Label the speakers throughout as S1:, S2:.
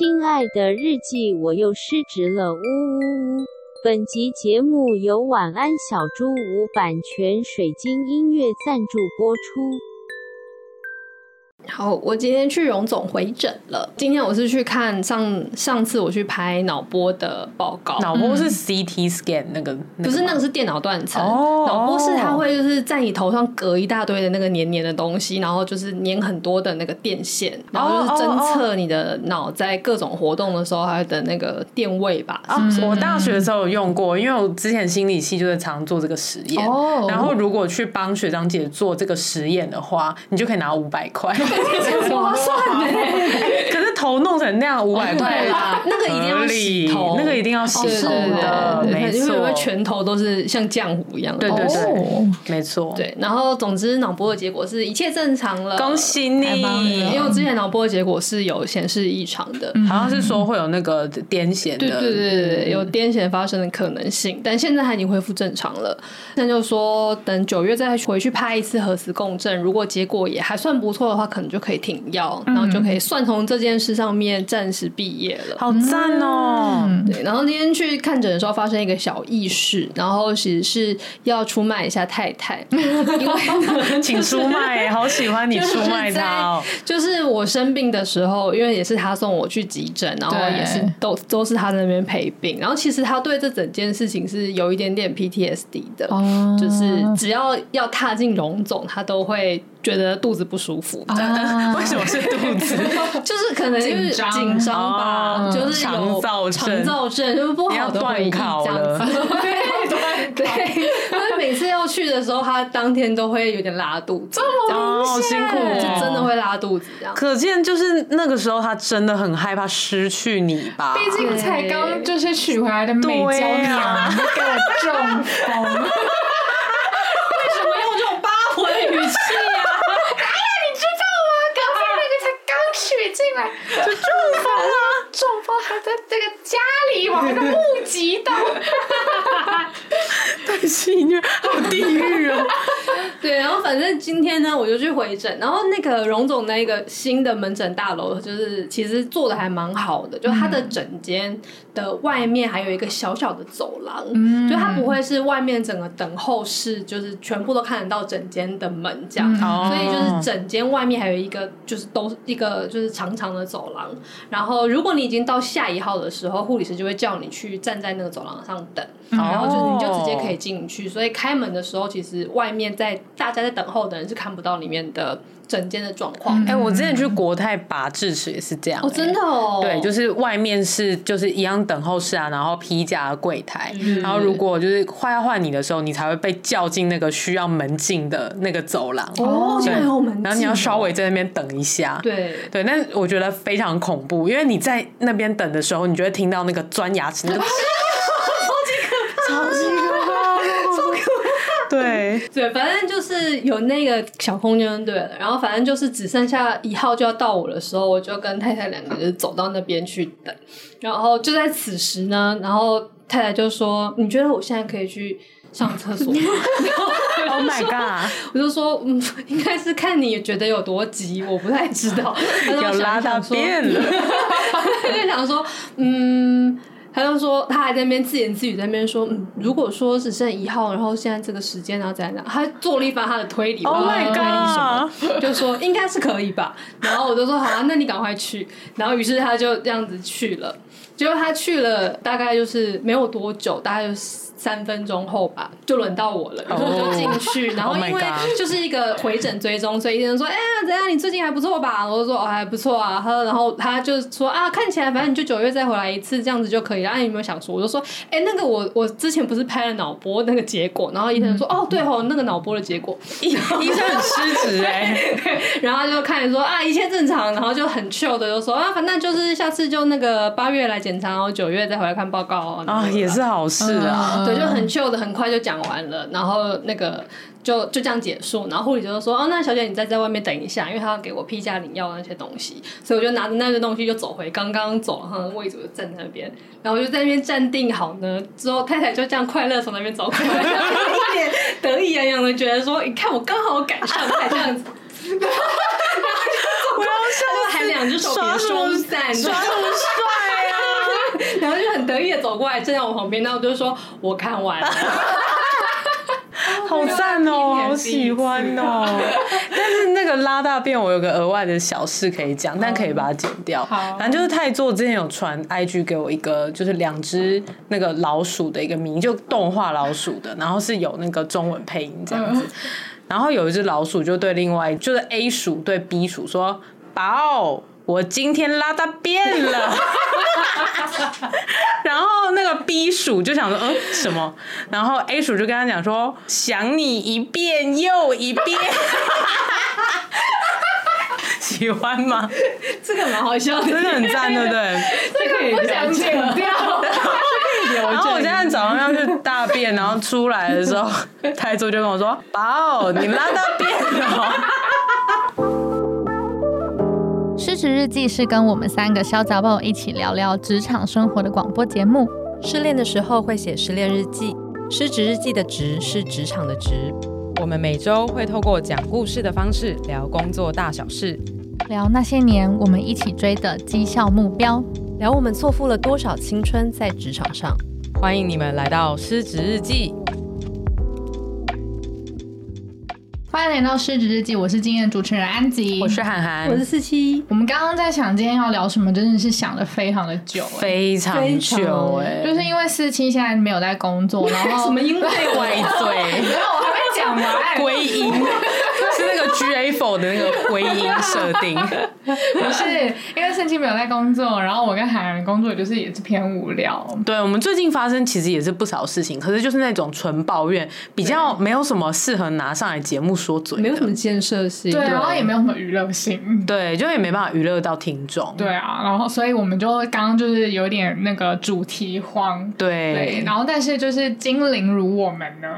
S1: 亲爱的日记，我又失职了，呜呜呜！本集节目由晚安小猪屋版权水晶音乐赞助播出。
S2: 好，我今天去荣总回诊了。今天我是去看上上次我去拍脑波的报告，嗯
S3: 脑波是 CT scan 那个，
S2: 不是那
S3: 个
S2: 个是电脑断层，
S3: 哦
S2: 脑波是它会就是在你头上隔一大堆的那个黏黏的东西，然后就是粘很多的那个电线，然后
S3: 哦
S2: 就是侦测你的脑在各种活动的时候它的那个电位吧。
S3: 吗。啊，我大
S2: 嗯
S3: 学的时候有用过，因为我之前心理系就是常做这个实验。
S2: 哦
S3: 然后如果去帮学长姐做这个实验的话，你就可以拿五百 块，
S2: 划算呢、
S3: 可是头弄成那样五百块
S2: 对啊啦那个一定要洗头
S3: 合理欸那个一定要洗
S2: 对
S3: 头
S2: 对
S3: 的，
S2: 对对
S3: 没
S2: 对，因为
S3: 错，
S2: 拳头都是像浆糊一样的
S3: 对
S2: 东西。
S3: 对对，
S4: 哦
S3: 没错，，
S2: 对，然后总之脑波的结果是一切正常了，哎嗯
S3: 恭喜你，
S2: 因为我之前脑波的结果是有显示异常的，
S3: 好像是说会有那个癫痫
S2: 对
S3: 的，
S2: 对对对
S3: 嗯
S2: 对，有癫痫发生的可能性，但现在它已经恢复正常了。那就说等九月再回去拍一次核磁共振，如果结果也还算不错的话，可能就可以停药，
S3: 嗯
S2: 然后就可以算从这件事上面暂时毕业了。
S3: 好赞哦、
S2: 对，然后今天去看诊的时候发生一个小意事，然后其实是要出卖一下太 太，因为
S3: 请出卖，好喜欢你出卖他哦。
S2: 就是我生病的时候，因为也是他送我去急诊，然后
S4: 对
S2: 也是都都是他在那边陪病。然后其实他对这整件事情是有一点点 PTSD 的，
S4: 哦
S2: 就是只要要踏进荣总，他都会觉得肚子不舒服。
S4: 啊
S3: 为什么是肚子？
S2: 就是可能因为
S3: 紧张
S2: 紧张吧，
S3: 哦
S4: 嗯
S2: 就是有
S3: 肠燥
S2: 肠
S3: 症
S2: 燥症就是不好的回忆这样
S3: 你要断考了
S2: 子。 对对， 因为每次要去的时候，他当天都会有点拉肚子，这样
S3: 哦，好辛苦、哦，
S2: 就真的。会拉肚子这样。
S3: 可见就是那个时候，他真的很害怕失去你吧？
S4: 毕竟才刚就是娶回来的美娇
S3: 对
S4: 娘
S3: 啊，
S4: 给我中风。
S2: 怎么用这种八婆的语气啊？
S4: 你知道吗？刚才那个才刚娶进来就中风啊，中风还在这个家里，我还在目击到。
S3: 但是音乐好地狱哦。
S2: 对，然后反正今天呢，我就去回诊，然后那个荣总那个新的门诊大楼，就是其实做的还蛮好的，就它的诊间的外面还有一个小小的走廊，
S4: 嗯
S2: 就它不会是外面整个等候室，就是全部都看得到整间的门这样，
S3: 哦
S2: 所以就是整间外面还有一个就是都是一个就是长长的走廊，然后如果你已经到下一号的时候，护理师就会叫你去站在那个走廊上等。
S3: 哦
S2: 然后就你就直接可以进去。所以开门的时候，其实外面在大家在等候的人是看不到里面的整间的状况。
S3: 哎、我之前去国泰拔智齿也是这样、哎
S2: 哦，真的。哦，
S3: 对，就是外面是就是一样等候室啊，然后批假的柜台，然后如果就是快要换你的时候，你才会被叫进那个需要门禁的那个走廊，
S2: 哦，
S3: 对
S2: 现在还有门禁，
S3: 然后你要稍微在那边等一下。
S2: 对。
S3: 对，但我觉得非常恐怖，因为你在那边等的时候，你就会听到那个钻牙齿那个， 超级可怕，超级可怕， 对，
S2: 对，反正就是有那个小空间就对了，然后反正就是只剩下一号就要到我的时候，我就跟太太两个人走到那边去等。然后就在此时呢，然后太太就说：“你觉得我现在可以去上厕所吗？”然后
S3: Oh
S2: 我就
S3: my
S2: 说
S3: god！
S2: 我就说，嗯，应该是看你觉得有多急，我不太知道。他
S3: 有拉到便了
S2: 他就想说，嗯，他就说他还在那边自言自语，在那边说，嗯，如果说只剩一号，然后现在这个时间，然后怎样怎样，他做了一番他的推理
S3: Oh
S2: 我不知道他
S3: my
S2: 推理什么
S3: god！
S2: 就说应该是可以吧。然后我就说好啊，那你赶快去。然后于是他就这样子去了。结果他去了，大概就是没有多久，大概就三分钟后吧，就轮到我了，然后我就进去。然后
S3: Oh my
S2: 因为
S3: God
S2: 就是一个回诊追踪，所以医生说：“哎、呀，怎样？你最近还不错吧？”我就说：“哦，还不错啊。”他然后他就说：“啊，看起来反正你就九月再回来一次，这样子就可以里啦，你有没有想说？我就说，哎、那个我我之前不是拍了脑波那个结果，然后医生就说，哦，对哦，那个脑波的结果，
S3: 嗯医医生很失职哎、
S2: 然后他就看着说啊，一切正常，然后就很 chill 的就说啊，反正就是下次就那个八月来检查，然后九月再回来看报告哦
S3: 啊，也是，好事啊。
S2: 对，就很 chill 的，很快就讲完了，然后那个。就就这样结束，然后护理就说：“哦，那小姐你再在外面等一下，因为她要给我批假领药那些东西。”所以我就拿着那些东西就走回刚刚走上的位置，我就站在那边，然后我就在那边站定好呢。之后太太就这样快乐从那边走过来， 一脸得意洋洋的觉得说：“你看我刚好赶上才这样子。”
S3: 我要笑
S2: 他就还两只手
S3: 耍
S2: 比
S3: 什
S2: 双
S3: 么
S2: 伞，
S3: 耍什么 帅啊？
S2: 然后就很得意的走过来，站在我旁边，然后我就说我看完了，
S3: 好赞哦，好喜欢哦！但是那个拉大便，我有个额外的小事可以讲，但可以把它剪掉。
S2: 好
S3: 反正就是泰座之前有传 IG 给我一个，就是两只那个老鼠的一个名，就动画老鼠的，然后是有那个中文配音这样子。然后有一只老鼠就对另外就是 A 鼠对 B 鼠说：“宝，我今天拉大便了。” 然后那个 B 鼠就想说，嗯，什么？然后 A 鼠就跟他讲说，想你一遍又一遍，喜欢吗？
S2: 这个蛮好笑的，
S3: 真的很赞，对不对？
S2: 这个也想剪掉，
S3: 然后我现在早上要去大便，然后出来的时候，台柱就跟我说：“宝，你拉大便了。
S5: 失职日记是跟我们三个小杂宝一起聊聊职场生活的广播节目。
S6: 失恋的时候会写失恋日记，失职日记的职是职场的职。
S7: 我们每周会透过讲故事的方式聊工作大小事，
S5: 聊那些年我们一起追的绩效目标。
S6: 聊我们错付了多少青春在职场上。
S7: 欢迎你们来到《失职日记》。
S5: 欢迎来到失职日记，我是今天的主持人安吉，”
S3: 我是。涵涵
S2: 我，是四七，
S5: 我们刚刚在想今天要聊什么，真的是想的非常的久、欸，
S3: 非常久哎、
S5: 就是因为四七现在没有在工作，然后
S2: 什么因为
S3: 怪
S2: 我
S3: 罪。
S4: 没有，我还没讲 完。
S3: 归因， 是那个 G F O 的那个归因设 定。
S5: 不是因为四七没有在工作，然后我跟海洋工作就是也是偏无聊，
S3: 对我们最近发生其实也是不少事情，可是就是那种纯抱怨，比较没有什么适合拿上来节目说嘴
S2: 没有什
S3: 的。
S2: 么建设性，
S5: 对，然后也没有什么娱乐性。
S3: 对，就也没办法娱乐到听众。
S5: 对啊，然后所以我们就刚刚就是有点那个主题荒，对，
S3: 对，
S5: 然后但是就是精灵如我们呢，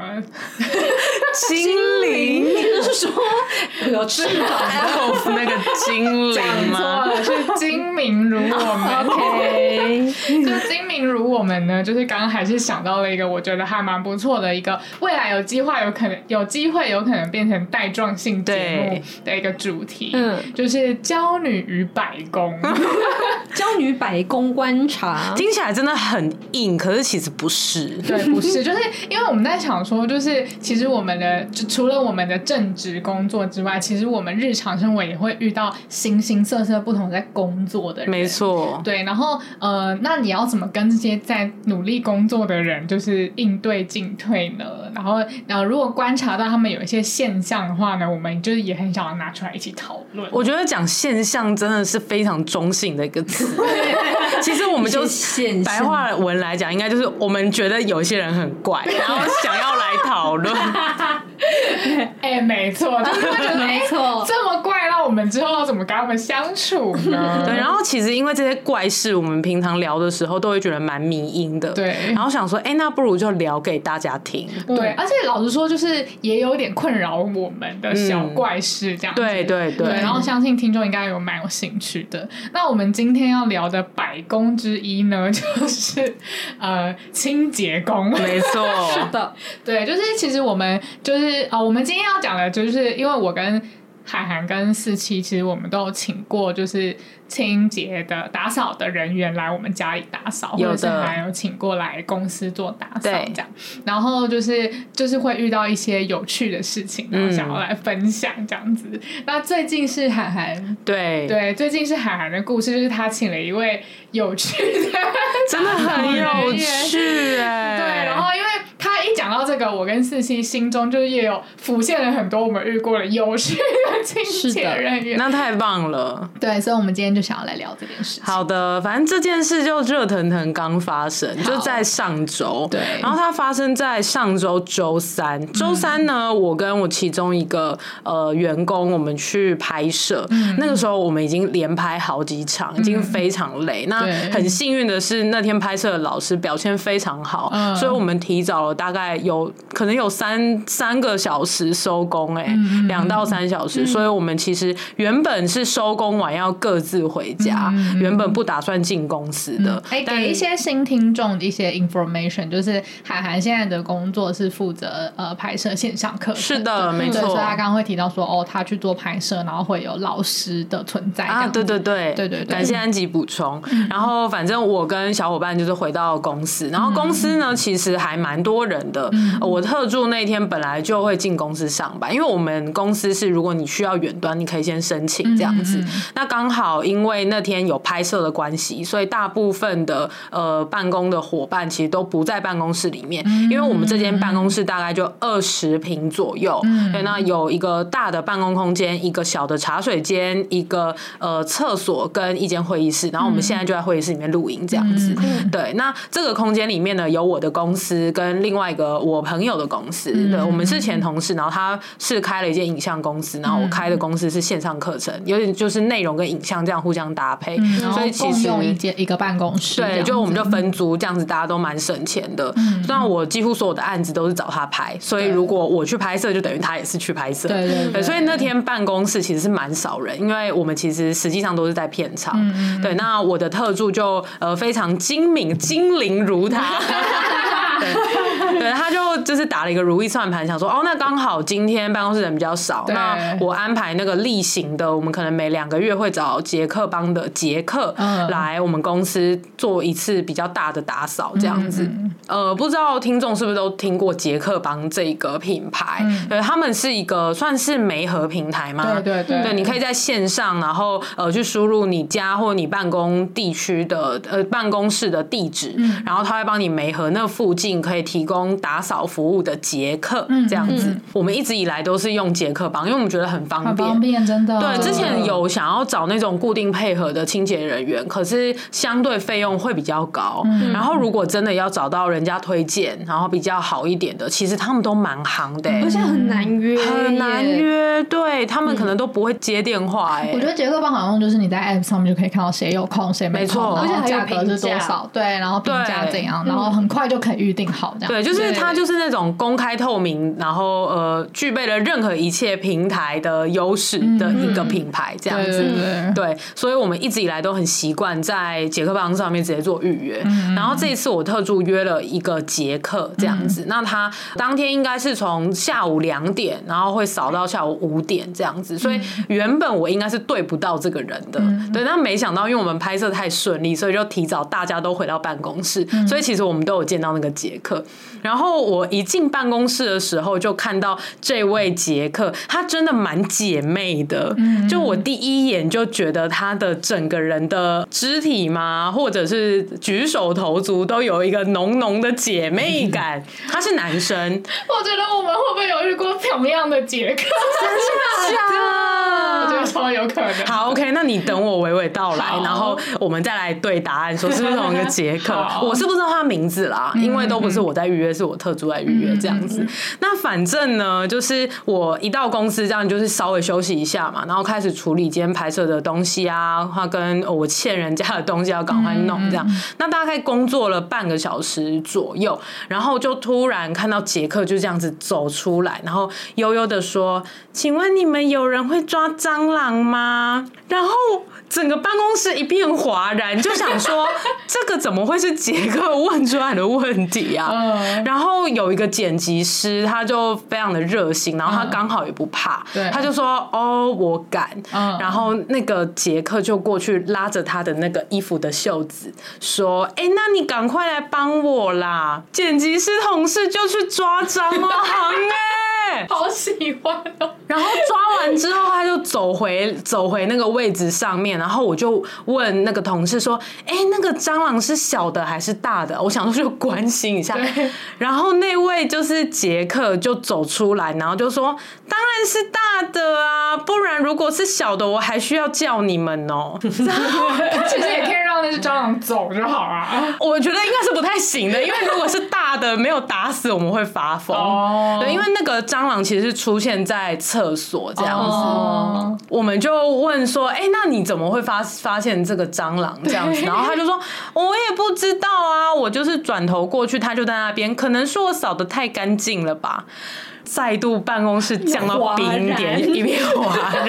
S3: 精灵
S2: 就是说 啊有吃饱。
S3: ，elf 那个精 灵吗？
S5: 错是精明如我们。
S2: OK，
S5: 就精明如我们呢，就是刚刚还是想到了一个我觉得还蛮不错的一个未来有计划有可能有机会有可能变成带状性节目
S3: 对
S5: 的一个主题，
S2: 嗯，
S5: 就是娇女与百工。
S2: 娇女百工观察，
S3: 听起来真的很硬，可是其实不是。
S5: 对，不是，就是因为我们在想说，就是其实我们的就除了我们的正职工作之外，其实我们日常生活也会遇到形形色色不同在工作的人。
S3: 没错，
S5: 对，然后呃，那你要怎么跟这些在努力工作的人就是应对进退呢？然后，然后如果观察到他们有一些现象的话呢，我们就是也很想要拿出来一起讨论。
S3: 我觉得讲现象真的是非常中性的一个 词。其实我们就
S2: 一些现象
S3: 白话文来讲，应该就是我们觉得有些人很 怪，然后想要来讨论。
S5: 哎，没错，就是会觉得哎
S2: 没错，
S5: 这么怪，那我们之后要怎么跟他们相处 呢？
S3: 对，然后其实因为这些怪事，我们平常聊的时候都会觉得蛮迷因的。
S5: 对
S3: 然后想说，哎，那不如就聊给大家听。
S5: 对，而且老实说，就是也有点困扰我们的小怪事这样子。
S3: 嗯对对
S5: 对
S3: 对，
S5: 然后相信听众应该有蛮有兴趣的。那我们今天要聊的百工之一呢，就是呃清洁工。
S3: 没错，
S2: 的，
S5: 对，就是其实我们就是啊、呃我们今天要讲的就是，因为我跟海涵跟四七，其实我们都有请过就是清洁的打扫的人员来我们家里打扫，或
S3: 有的
S5: 者是还有请过来公司做打扫
S3: 对
S5: 这样。然后就是就是会遇到一些有趣的事情，然后
S3: 嗯
S5: 想要来分享这样子。那最近是海涵，
S3: 对，
S5: 对，最近是海涵的故事，就是他请了一位有趣的。
S3: 真的很有趣哎。
S5: 哎对，然后因为他一讲到这个，我跟四西心中就是也有浮现了很多我们遇过的有趣的清洁人员。
S3: 那太棒了。
S5: 对，所以我们今天就想要来聊这件事情。
S3: 好的，反正这件事就热腾腾刚发生，就在上周。
S5: 对
S3: 然后它发生在上周周三。周三呢，
S5: 嗯
S3: 我跟我其中一个呃员工，我们去拍摄。
S5: 嗯
S3: 那个时候我们已经连拍好几场，已经非常累。那
S5: 对
S3: 很幸运的是，那天拍摄的老师表现非常好，
S5: 嗯
S3: 所以我们提早了大概有可能有三三个小时收工、欸，
S5: 嗯
S3: 哎、两到三小时。所以我们其实原本是收工晚要各自回家，
S5: 嗯
S3: 原本不打算进公司的。
S5: 哎、
S3: 但
S5: 给一些新听众一些 information，就是韩寒现在的工作是负责呃拍摄线上课程，
S3: 是的没错
S5: 对所以他刚刚会提到说，哦，他去做拍摄，然后会有老师的存在，这
S3: 啊，
S5: 样子
S3: 对对对
S5: 对对对嗯
S3: 感谢安吉补充。然后反正我跟小伙伴就是回到公司，然后公司呢其实还蛮多人的。
S5: 嗯
S3: 呃我特助那天本来就会进公司上班，因为我们公司是如果你需要远端，你可以先申请这样
S5: 嗯
S3: 子。那刚好因为那天有拍摄的关系，所以大部分的呃办公的伙伴其实都不在办公室里面，
S5: 嗯
S3: 因为我们这间办公室大概就二十平左右，
S5: 嗯
S3: 对，那有一个大的办公空间，一个小的茶水间，一个呃厕所跟一间会议室，然后我们现在就在会议室里面录音这样子，
S5: 嗯
S3: 对，那这个空间里面呢有我的公司跟另外一个我朋友的公司，
S5: 嗯
S3: 对，我们是前同事，然后他是开了一间影像公司，然后
S5: 嗯
S3: 我开的公司是线上课程，有点就是内容跟影像这样互相搭配，
S5: 嗯然后
S3: 所以其实
S5: 共用一间一个办公室这样
S3: 对，
S5: 子，
S3: 就我们就分租这样子，大家都蛮省钱的。
S5: 嗯
S3: 虽然我几乎所有的案子都是找他拍，所以
S5: 对
S3: 如果我去拍摄，就等于他也是去拍摄。
S5: 对对
S3: 对，所以那天办公室其实是蛮少人，因为我们其实实际上都是在片场。
S5: 嗯
S3: 对，那我的特助就呃非常精明，精灵如 他。对，对，他就就是打了一个如意算盘，想说哦，那刚好今天办公室人比较少，
S5: 对
S3: 那我安排那个例行的，我们可能每两个月会找杰克帮的杰克
S5: 嗯
S3: 来我们公司做一次比较大的打扫，这样
S5: 嗯
S3: 子。呃，不知道听众是不是都听过杰克帮这个品牌？对，他们是一个算是媒合平台嘛，
S5: 嗯对对对
S3: 对，你可以在线上，然后呃去输入你家或你办公地区的呃办公室的地址，
S5: 嗯
S3: 然后他会帮你媒合那附近可以提供打扫服务的杰克、
S5: 嗯
S3: 这样子。我们一直以来都是用杰克帮，因为我们觉得很方
S5: 很方便，真的。
S3: 对，之前有想要找那种固定配合的清洁人员，可是相对费用会比较高。然后如果真的要找到人家推荐，然后比较好一点的，其实他们都蛮行的、欸
S2: 而且很难约，
S3: 嗯很难。约，对他们可能都不会接电话、哎、
S5: 我觉得杰克棒好像就是你在 App 上面就可以看到谁有空谁没
S3: 没错
S5: 空，然
S3: 而且
S5: 后
S2: 还有
S5: 价嗯格
S2: 评
S5: 是多
S2: 价
S5: 少，对，然后评价
S3: 对
S5: 怎样，然后很快就可以预定好这样。
S3: 对，就是它
S5: 对
S3: 就是那种公开透明，然后呃，具备了任何一切平台的优势的一个品牌，这样
S5: 对
S3: 子。
S5: 对对
S3: 对，所以我们一直以来都很习惯在杰克邦上面直接做预约。然后这一次我特助约了一个杰克这样子，那他当天应该是从下午两点，然后会扫到下午五点这样子，所以原本我应该是对不到这个人的，对，但没想到因为我们拍摄太顺利，所以就提早大家都回到办公室，所以其实我们都有见到那个杰克。然后我一进办公室的时候，就看到这位杰克，他真的蛮姐妹的。就我第一眼就觉得他的整个人的肢体嘛，或者是举手投足，都有一个浓浓的姐妹感。他是男生，
S5: 我觉得我们会不会有遇过同样的杰克？ 我觉得超有可能。
S3: 好，OK，那你等我娓娓道来
S5: 好，
S3: 然后我们再来对答案，说是不是同一个杰克
S5: 好？嗯
S3: 我是不知道他名字啦，因为都不是我在预约，是我特助在预约这样子。那反正呢，就是我一到公司，这样就是稍微休息一下嘛，然后开始处理今天拍摄的东西啊，或跟哦我欠人家的东西要啊赶快弄这样。那大概工作了半个小时左右，然后就突然看到杰克就这样子走出来，然后悠悠的说：“请问你们有人会抓蟑螂吗？”然后整个办公室一片哗然，就想说这个怎么会是杰克问出来的问题啊？
S5: 嗯，
S3: 然后有一个剪辑师，他就非常的热心，然后他
S5: 嗯
S3: 刚好也不怕，
S5: 对
S3: 他就说：“哦，我敢。
S5: 嗯
S3: 然后那个杰克就过去拉着他的那个衣服的袖子，说：“哎、那你赶快来帮我啦！”剪辑师同事就去抓蟑螂、欸，
S5: 好喜欢 哦！
S3: 然后抓完之后，他就走回走回那个位置上面，然后我就问那个同事说：“哎、那个蟑螂是小的还是大的？”我想说就关心一下。然后那位就是杰克就走出来，然后就说：“当然是大的啊，不然如果是小的，我还需要叫你们 哦。
S5: 其实也可以让那只蟑螂走就好啊。”
S3: 我觉得应该是不太行的，因为如果是大的没有打死，我们会发疯。
S5: 哦
S3: 对，因为那个蟑螂其实是出现在厕所这样子。
S5: 哦，
S3: 我们就问说，哎、那你怎么会发发现这个蟑螂这样子？ 然后他就说，我也不知道啊，我就是转头过去，他就在那边，可能是我扫的太干净了吧。再度办公室降到冰点，一片哗然。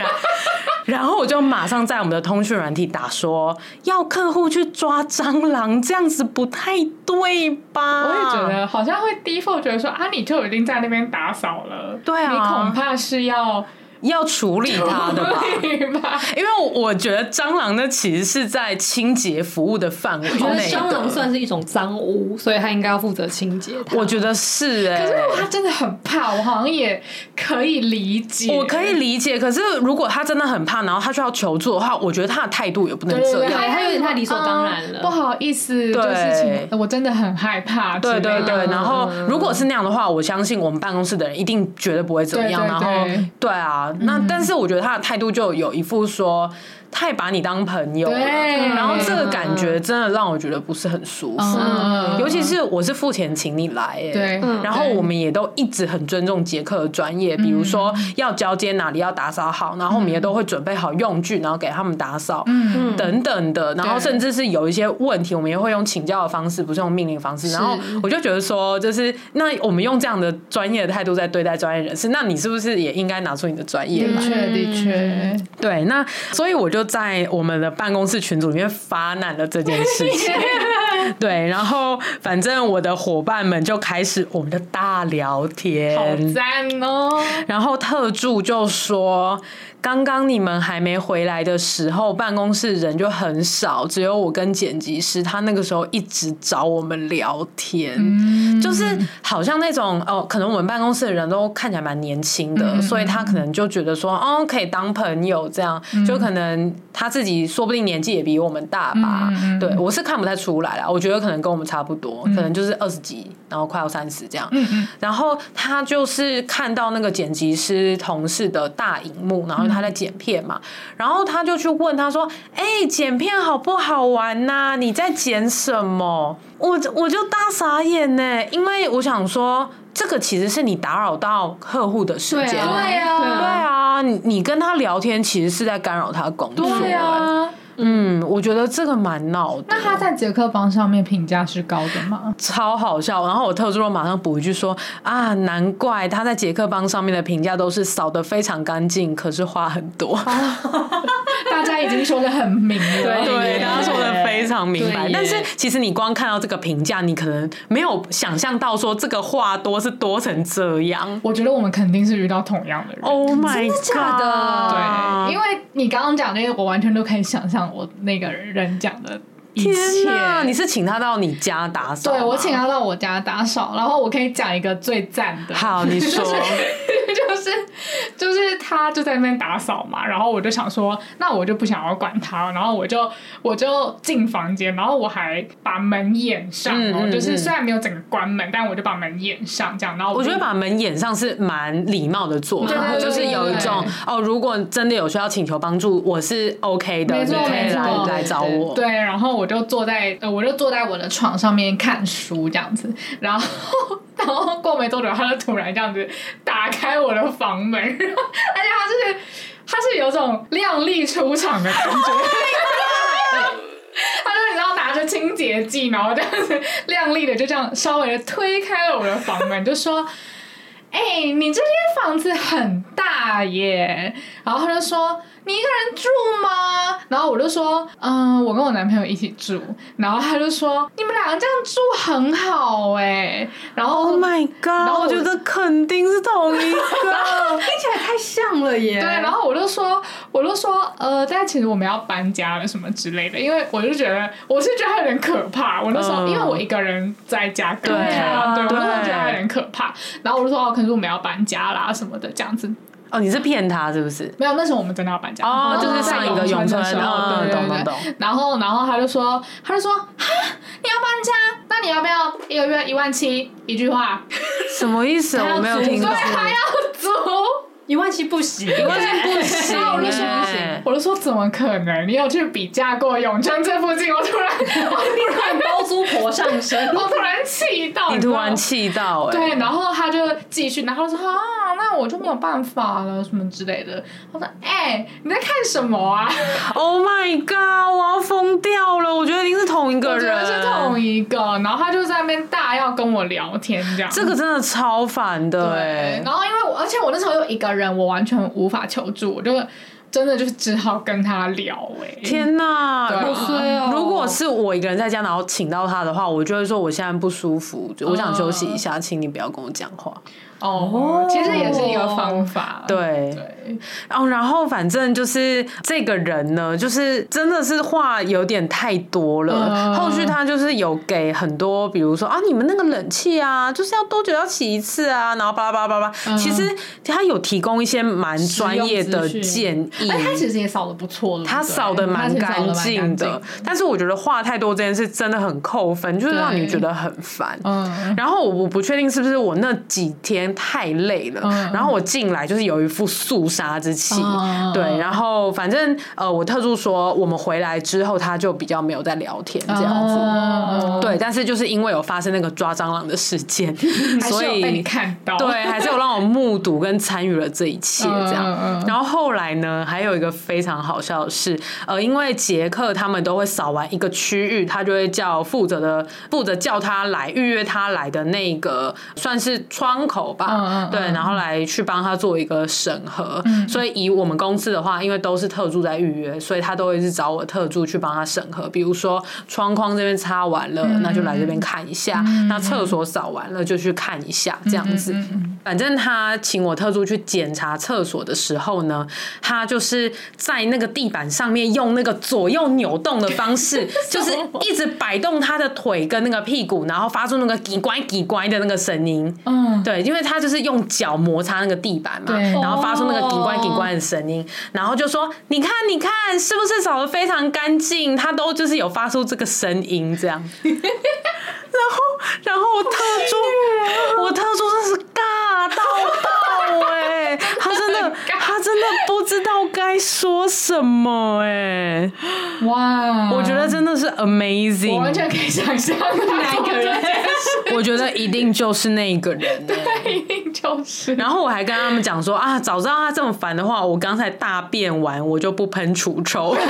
S3: 然后我就马上在我们的通讯软体打说，要客户去抓蟑螂，这样子不太对吧？
S5: 我也觉。
S3: 啊
S5: 得好像会 default 觉得说啊，你就已经在那边打扫了，
S3: 对啊
S5: 你恐怕是要
S3: 要处理它的吧，
S5: 对吧？
S3: 因为我觉得蟑螂呢，其实是在清洁服务的范围内
S2: 我觉得
S3: 的
S2: 蟑螂算是一种脏污，所以它应该要负责清洁它。
S3: 我觉得是哎、
S5: 可是如果他真的很怕，我好像也可以理解，
S3: 我可以理解，可是如果他真的很怕，然后他需要求助的话，我觉得他的态度也不能
S5: 对。
S3: 这
S5: 对
S3: 样。
S2: 他有点太理所当然了
S5: 嗯不好意思，
S3: 对
S5: 就是请我真的很害怕之
S3: 对
S5: 类的。
S3: 对对，然后
S2: 嗯
S3: 如果是那样的话，我相信我们办公室的人一定绝对不会怎么样。
S5: 对对嗯对
S3: 然后对啊，那但是我觉得他的态度就有一副说太把你当朋友了，
S5: 对
S3: 嗯然后这个感觉真的让我觉得不是很舒服。
S5: 嗯，
S3: 尤其是我是付钱请你来、欸，
S5: 对嗯
S3: 然后我们也都一直很尊重杰克的专业，比如说要交接哪里要打扫好，然后我们也都会准备好用具，然后给他们打扫，
S5: 嗯
S3: 等等的，然后甚至是有一些问题，我们也会用请教的方式，不是用命令方式。然后我就觉得说，就是那我们用这样的专业的态度在对待专业人士，那你是不是也应该拿出你的专业
S5: 的
S3: 来？
S5: 确的确，
S3: 对，那所以我就在我们的办公室群组里面发难了这件事 情。对，然后反正我的伙伴们就开始我们的大聊天，
S5: 好赞哦！
S3: 然后特助就说：“刚刚你们还没回来的时候，办公室人就很少，只有我跟剪辑师。他那个时候一直找我们聊天，
S5: 嗯
S3: 就是好像那种哦，可能我们办公室的人都看起来蛮年轻的，
S5: 嗯
S3: 所以他可能就觉得说，哦，可以当朋友这样。
S5: 嗯
S3: 就可能他自己说不定年纪也比我们大吧。
S5: 嗯嗯嗯
S3: 对我是看不太出来啦，我觉得可能跟我们差不多，可能就是二十几，然后快要三十这样。
S5: 嗯嗯，
S3: 然后他就是看到那个剪辑师同事的大荧幕，然后他在剪片嘛，然后他就去问他说：“哎、剪片好不好玩呐、你在剪什么？”我我就大傻眼呢、因为我想说，这个其实是你打扰到客户的时
S2: 对啊，
S3: 间、
S2: 对
S3: 对
S2: 啊，
S3: 啊，你你跟他聊天其实是在干扰他工作、
S5: 对啊。
S3: 嗯，我觉得这个蛮闹的。
S5: 那他在杰克帮上面评价是高的吗？
S3: 超好笑。然后我特助就马上补一句说：“啊，难怪他在杰克帮上面的评价都是扫得非常干净，可是花很多。
S5: 大家已经说的很明了，
S3: 对，大家说的非常明
S2: 对
S3: 白。
S2: 耶
S3: 但是其实你光看到这个评价，你可能没有想象到说这个话多是多成这样。
S5: 我觉得我们肯定是遇到同样的人。
S3: Oh my god！
S2: 假
S3: 啊
S5: 对，因为你刚刚讲那个，我完全都可以想象我那个人讲的一
S3: 天
S5: 切。
S3: 哪！你是请他到你家打扫吗？
S5: 对我请他到我家打扫，然后我可以讲一个最赞的，
S3: 好，你说
S5: 就是就是他就在那边打扫嘛，然后我就想说，那我就不想要管他，然后我就我就进房间，然后我还把门掩上哦，
S3: 嗯嗯
S5: 就是
S3: 嗯
S5: 虽然没有整个关门，但我就把门掩上这样，然后
S3: 我
S5: 就
S3: 觉得把门掩上是蛮礼貌的做
S5: 对对
S3: 法，
S5: 对
S3: 就是有一种
S5: 对
S3: 哦，如果真的有需要请求帮助，我是 OK 的，
S5: 没
S3: 你
S5: 错
S3: 可以
S5: 没错
S3: 来
S5: 对
S3: 来找我。
S5: 对，然后我就坐在呃，我就坐在我的床上面看书这样子，然后然后过没多久，他就突然这样子打开我的房门，而且他就是他是有种靓丽出场的感觉。他就你知道拿着清洁剂，然后这样子靓丽的就这样稍微的推开了我的房门，就说：“哎、你这间房子很大耶。”然后他就说：“你一个人住吗？”然后我就说：“嗯，我跟我男朋友一起住。”然后他就说：“你们两个这样住很好哎。”然后
S3: Oh my
S5: 然
S3: god！
S5: 后
S3: 我
S5: 我
S3: 觉得肯定是同一 个。
S2: 听起来太像了耶。
S5: 对，
S3: 啊
S5: 然后我就说，我就说，呃，但其实我们要搬家了什么之类的，因为我就觉得，我是觉得他有点可怕。我那时候、
S3: 嗯
S5: 因为我一个人在家跟
S3: 对
S5: 他，
S3: 啊
S5: 对，我那时候
S3: 对
S5: 觉得他有点可怕。然后我就说，哦，可是我们要搬家啦什么的这样子。
S3: 哦，你是骗他是不是？
S5: 没有，那时候我们真的要搬家
S3: 哦，就是
S5: 在
S3: 上一个永春
S5: 的时候，
S3: 哦，
S5: 对
S3: 懂懂
S5: 对对
S3: 懂。
S5: 然后，然后他就说，他就说，哈，你要搬家，那你要不要一个月一万七？一句话，
S3: 什么意思？我没有听
S5: 对，
S3: 懂。
S5: 还要租。
S2: 一万七不行，
S3: 一万是不 行
S5: 然后我就
S3: 欸
S5: 说，啊我就说怎么可能？你有去比价过永春这附近？我突然，我突然，。
S2: 包租婆上身
S5: 我突然气到，
S3: 你
S5: 知
S3: 突
S5: 道
S3: 然
S5: 吗
S3: 气到哎、
S5: 对，然后他就继续，然后说啊，那我就没有办法了，什么之类的。我说，哎、你在看什么啊？
S3: o h Oh my god！我要疯掉了，我觉得一定是同一个
S5: 我觉
S3: 人，
S5: 得是同一个，然后他就在那边大要跟我聊天这样。
S3: 这个真的超烦的哎、
S5: 对，然后因为我，而且我那时候又一个人，我完全无法求助，我就真的就是只好跟他聊、哎，
S3: 天呐！
S5: 对啊
S3: 如
S5: 好
S2: 衰哦
S3: 如果是我一个人在家，然后请到他的话，我就会说我现在不舒服，就我想休息一
S5: 嗯
S3: 下，请你不要跟我讲话。
S5: 哦，其实也是一个方法。
S3: 对，
S5: 哦对，
S3: 哦，然后反正就是这个人呢，就是真的是话有点太多了。
S5: 嗯
S3: 后续他就是有给很多，比如说啊，你们那个冷气啊，就是要多久要洗一次啊，然后巴拉巴拉巴拉。其实他有提供一些蛮专业的
S2: 实用资
S3: 建
S2: 讯
S3: 议。
S5: 哎，他其实也扫的不错，对不对
S3: 他扫的蛮干净的，但是我觉得话太多这件事真的很扣分，就是让你觉得很烦。
S5: 嗯，
S3: 然后我我不确定是不是我那几天太累了，
S5: 嗯
S3: 然后我进来就是有一副肃杀之气，
S5: 嗯
S3: 对，然后反正呃，我特助说我们回来之后他就比较没有在聊天
S5: 嗯
S3: 这样子，
S5: 子
S3: 对，但是就是因为有发生那个抓蟑螂的事件，
S5: 还
S3: 所
S5: 是有被你
S3: 以。
S5: 看到，
S3: 对，还是有让我目睹跟参与了这一切这样。
S5: 嗯嗯嗯
S3: 然后后来呢，还有一个非常好笑的是，呃，因为杰克他们都会扫完一个区域，他就会叫负责的负责叫他来预约他来的那个算是窗口吧，
S5: 嗯嗯嗯嗯
S3: 对，然后来去帮他做一个审核。所以以我们公司的话，因为都是特助在预约，所以他都会是找我特助去帮他审核。比如说窗框这边擦完了，
S5: 嗯
S3: 那就来这边看一下；那厕所扫完了就去看一下，这样
S5: 嗯
S3: 子。反正他请我特助去检查厕所的时候呢，他就是在那个地板上面用那个左右扭动的方 式，就是一直摆动他的腿跟那个屁股，然后发出那个“叽乖叽乖”的那个声音。
S5: 嗯，
S3: 对，因为他就是用脚摩擦那个地板嘛，
S5: 对
S3: 然后发出那个“
S2: 哦
S3: 顶关顶关”的声音，然后就说：“你看，你看，是不是扫的非常干净？他都就是有发出这个声音这样。” 然后，然后我特助，我特助真是尬到爆哎、他真的，他真的不知道该说什么哎、
S5: 哇，
S3: 我觉得真的是 amazing，
S5: 嗯我完全可以想象哪一个人，
S3: 我觉得一定就是那一个人、欸。
S5: 一定就是。
S3: 然后我还跟他们讲说啊，早知道他这么烦的话，我刚才大便完我就不喷除臭。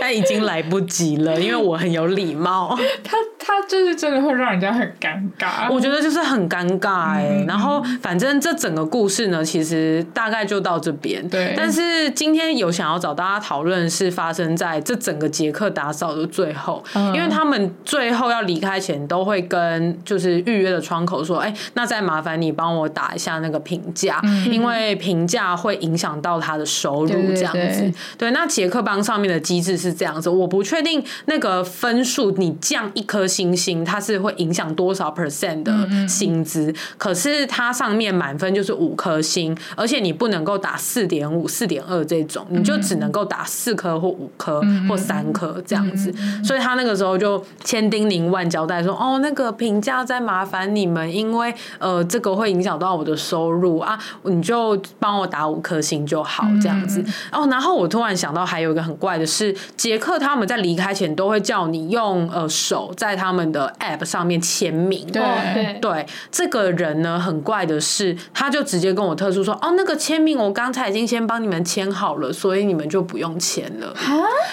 S3: 但已经来不及了，因为我很有礼貌。
S5: 他他就是真的会让人家很尴尬。
S3: 我觉得就是很尴尬哎、
S5: 嗯
S3: 然后反正这整个故事呢，其实大概就到这边。
S5: 对
S3: 但是今天有想要找大家讨论，是发生在这整个捷克打扫的最后，
S5: 嗯
S3: 因为他们最后要离开前都会跟就是预约的窗口说，哎、那再麻烦你帮我打一下那个评价，
S5: 嗯
S3: 因为评价会影响到他的收入
S5: 对对
S3: 这样子。
S5: 对
S3: 对，那捷克邦上面的机制是这样子，我不确定那个分数，你降一颗星星，它是会影响多少 percent
S5: 嗯
S3: 的薪资。可是它上面满分就是五颗星，而且你不能够打四点五、四点二这种，你
S5: 嗯
S3: 就只能够打四颗或五颗或三颗这样
S5: 嗯
S3: 子。所以他那个时候就千叮咛万交代说，哦，那个评价再麻烦你们，因为呃这个会影响到我的收入啊，你就帮我打五颗星就好这样子。哦，然后我突然想到还有一个很怪的是，杰克他们在离开前都会叫你用呃手在他们的 App 上面签名。
S5: 对
S2: 哦对，
S3: 对，这个人呢很怪的是，他就直接跟我特殊说：“哦，那个签名我刚才已经先帮你们签好了，所以你们就不用签了。”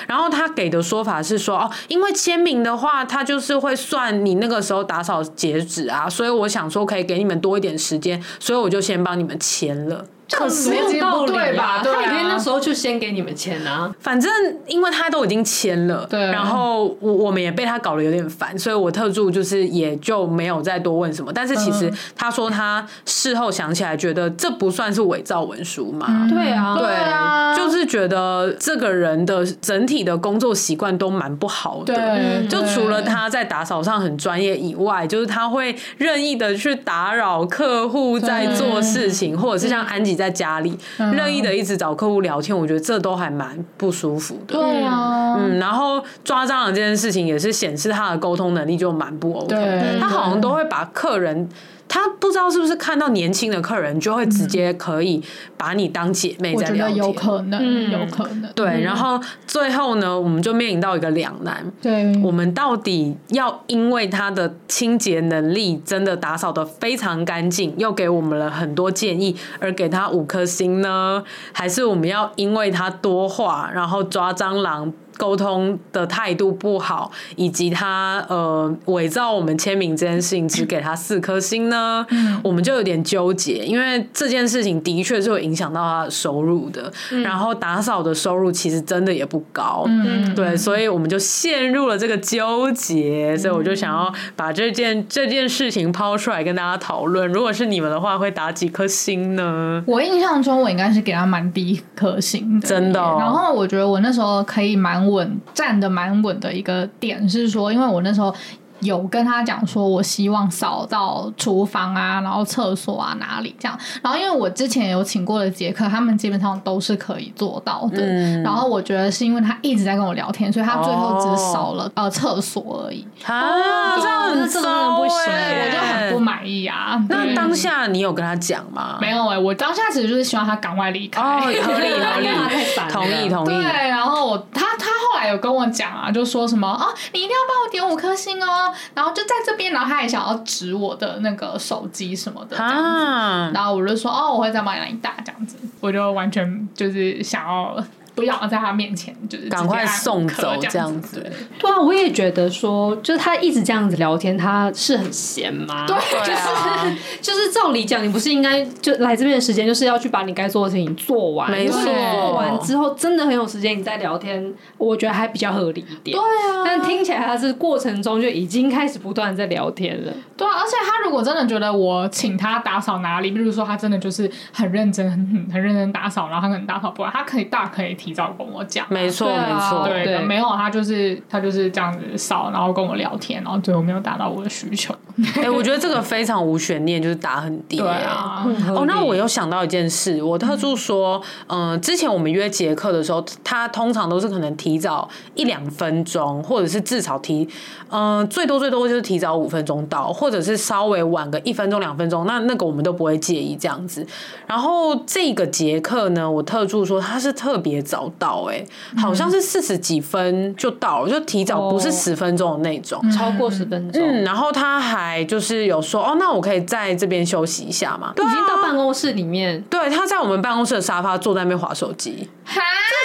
S3: 然后他给的说法是说：“哦，因为签名的话，他就是会算你那个时候打扫截止啊，所以我想说可以给你们多一点时间，所以我就先帮你们签了。”可
S5: 没有
S3: 是
S5: 道理
S2: 对吧？
S5: 啊对啊
S2: 他里面那时候就先给你们钱啊，
S3: 反正因为他都已经签了，
S5: 对啊
S3: 然后我我们也被他搞得有点烦，所以我特助就是也就没有再多问什么。但是其实
S5: 嗯
S3: 他说他事后想起来，觉得这不算是伪造文书嘛。
S2: 对啊
S3: 对，
S5: 嗯对啊
S3: 就是觉得这个人的整体的工作习惯都蛮不好的。
S5: 对，啊
S3: 就除了他在打扫上很专业以外，就是他会任意的去打扰客户在做事情，或者是像安吉在家里、
S5: 嗯
S3: 任意的一直找客户聊天，我觉得这都还蛮不舒服的。
S5: 对啊，
S3: 嗯，然后抓蟑螂这件事情也是显示他的沟通能力就蛮不 OK 的。
S5: 对，
S3: 他好像都会把客人，他不知道是不是看到年轻的客人，就会直接可以把你当姐妹
S5: 我
S3: 在
S5: 觉
S3: 聊
S5: 得
S3: 天。
S5: 有可能，
S2: 嗯
S5: 有可能，
S3: 对，然后最后呢，我们就面临到一个两难，
S5: 对，
S3: 我们到底要因为他的清洁能力真的打扫的非常干净，又给我们了很多建议，而给他五颗星呢？还是我们要因为他多话，然后抓蟑螂？沟通的态度不好，以及他呃伪造我们签名这件事情，只给他四颗星呢，我们就有点纠结，因为这件事情的确是会影响到他的收入的。然后打扫的收入其实真的也不高，
S5: 嗯，
S3: 对，所以我们就陷入了这个纠结，所以我就想要把这件这件事情抛出来跟大家讨论。如果是你们的话，会打几颗星呢？
S5: 我印象中，我应该是给他蛮低颗星的耶，
S3: 真的哦
S5: 然后我觉得我那时候可以蛮稳，站的蛮稳的一个点是说，因为我那时候。有跟他讲说，我希望扫到厨房啊，然后厕所啊哪里这样。然后因为我之前有请过的杰克，他们基本上都是可以做到的。
S3: 嗯
S5: 然后我觉得是因为他一直在跟我聊天，所以他最后只扫了、呃厕所而已。
S3: 啊，哦这样很
S2: 这个真的
S3: 糟
S2: 不行
S3: 欸
S5: 我就很不。满意啊。
S3: 那
S5: 对
S3: 当下你有跟他讲吗？
S5: 没有哎、我当下其实就是希望他赶快离开。
S3: 哦，合理合理
S2: 他太烦，了
S3: 同意同
S5: 对，
S3: 意。
S5: 然后我他他后来有跟我讲啊，就说什么啊，你一定要帮我点五颗星哦，然后就在这边，然后他也想要指我的那个手机什么的这样子，
S3: 啊，
S5: 然后我就说哦，我会再帮你打这样子，我就完全就是想要不要在他面前就是
S3: 赶快
S5: 直接按
S3: 送
S5: 颗
S3: 走
S5: 这
S3: 这样
S5: 子
S3: 子，
S2: 对啊，我也觉得说，就是他一直这样子聊天，他是很闲吗？对，
S3: 对啊，
S2: 就是照理讲，你不是应该就来这边的时间，就是要去把你该做的事情做完，
S3: 没错
S2: 因为你做完之后真的很有时间，你再聊天，我觉得还比较合理一点。对啊，但听起来他是过程中就已经开始不断地在聊天了。
S5: 对啊，而且他如果真的觉得我请他打扫哪里，比如说他真的就是很认真、很很很认真打扫，然后他可能打扫不完，他可以大可以提早跟我讲啊、
S3: 没错
S2: 对
S3: 没
S2: 啊
S3: 错。
S5: 对，
S2: 对
S5: 没有，他就是他就是这样子扫，然后跟我聊天，然后最后没有达到我的需求。
S3: 哎，我觉得这个非常无悬念，就是打很低。
S5: 对啊，
S3: 哦，那我又想到一件事，我特助说，嗯、之前我们约杰克的时候，他通常都是可能提早一两分钟，或者是至少提，嗯、最多最多就是提早五分钟到，或者是稍微晚个一分钟两分钟，那那个我们都不会介意这样子。然后这个杰克呢，我特助说他是特别早到、欸，好像是四十几分就到了，就提早不是
S2: 哦
S3: 十分钟的那种。
S2: 超过十分钟，
S3: 嗯，然后他还就是有说，哦，那我可以在这边休息一下嘛？对
S2: 已
S3: 啊
S2: 经到办公室里面，
S3: 对，他在我们办公室的沙发坐在那边划手机，
S5: 哈，
S3: 这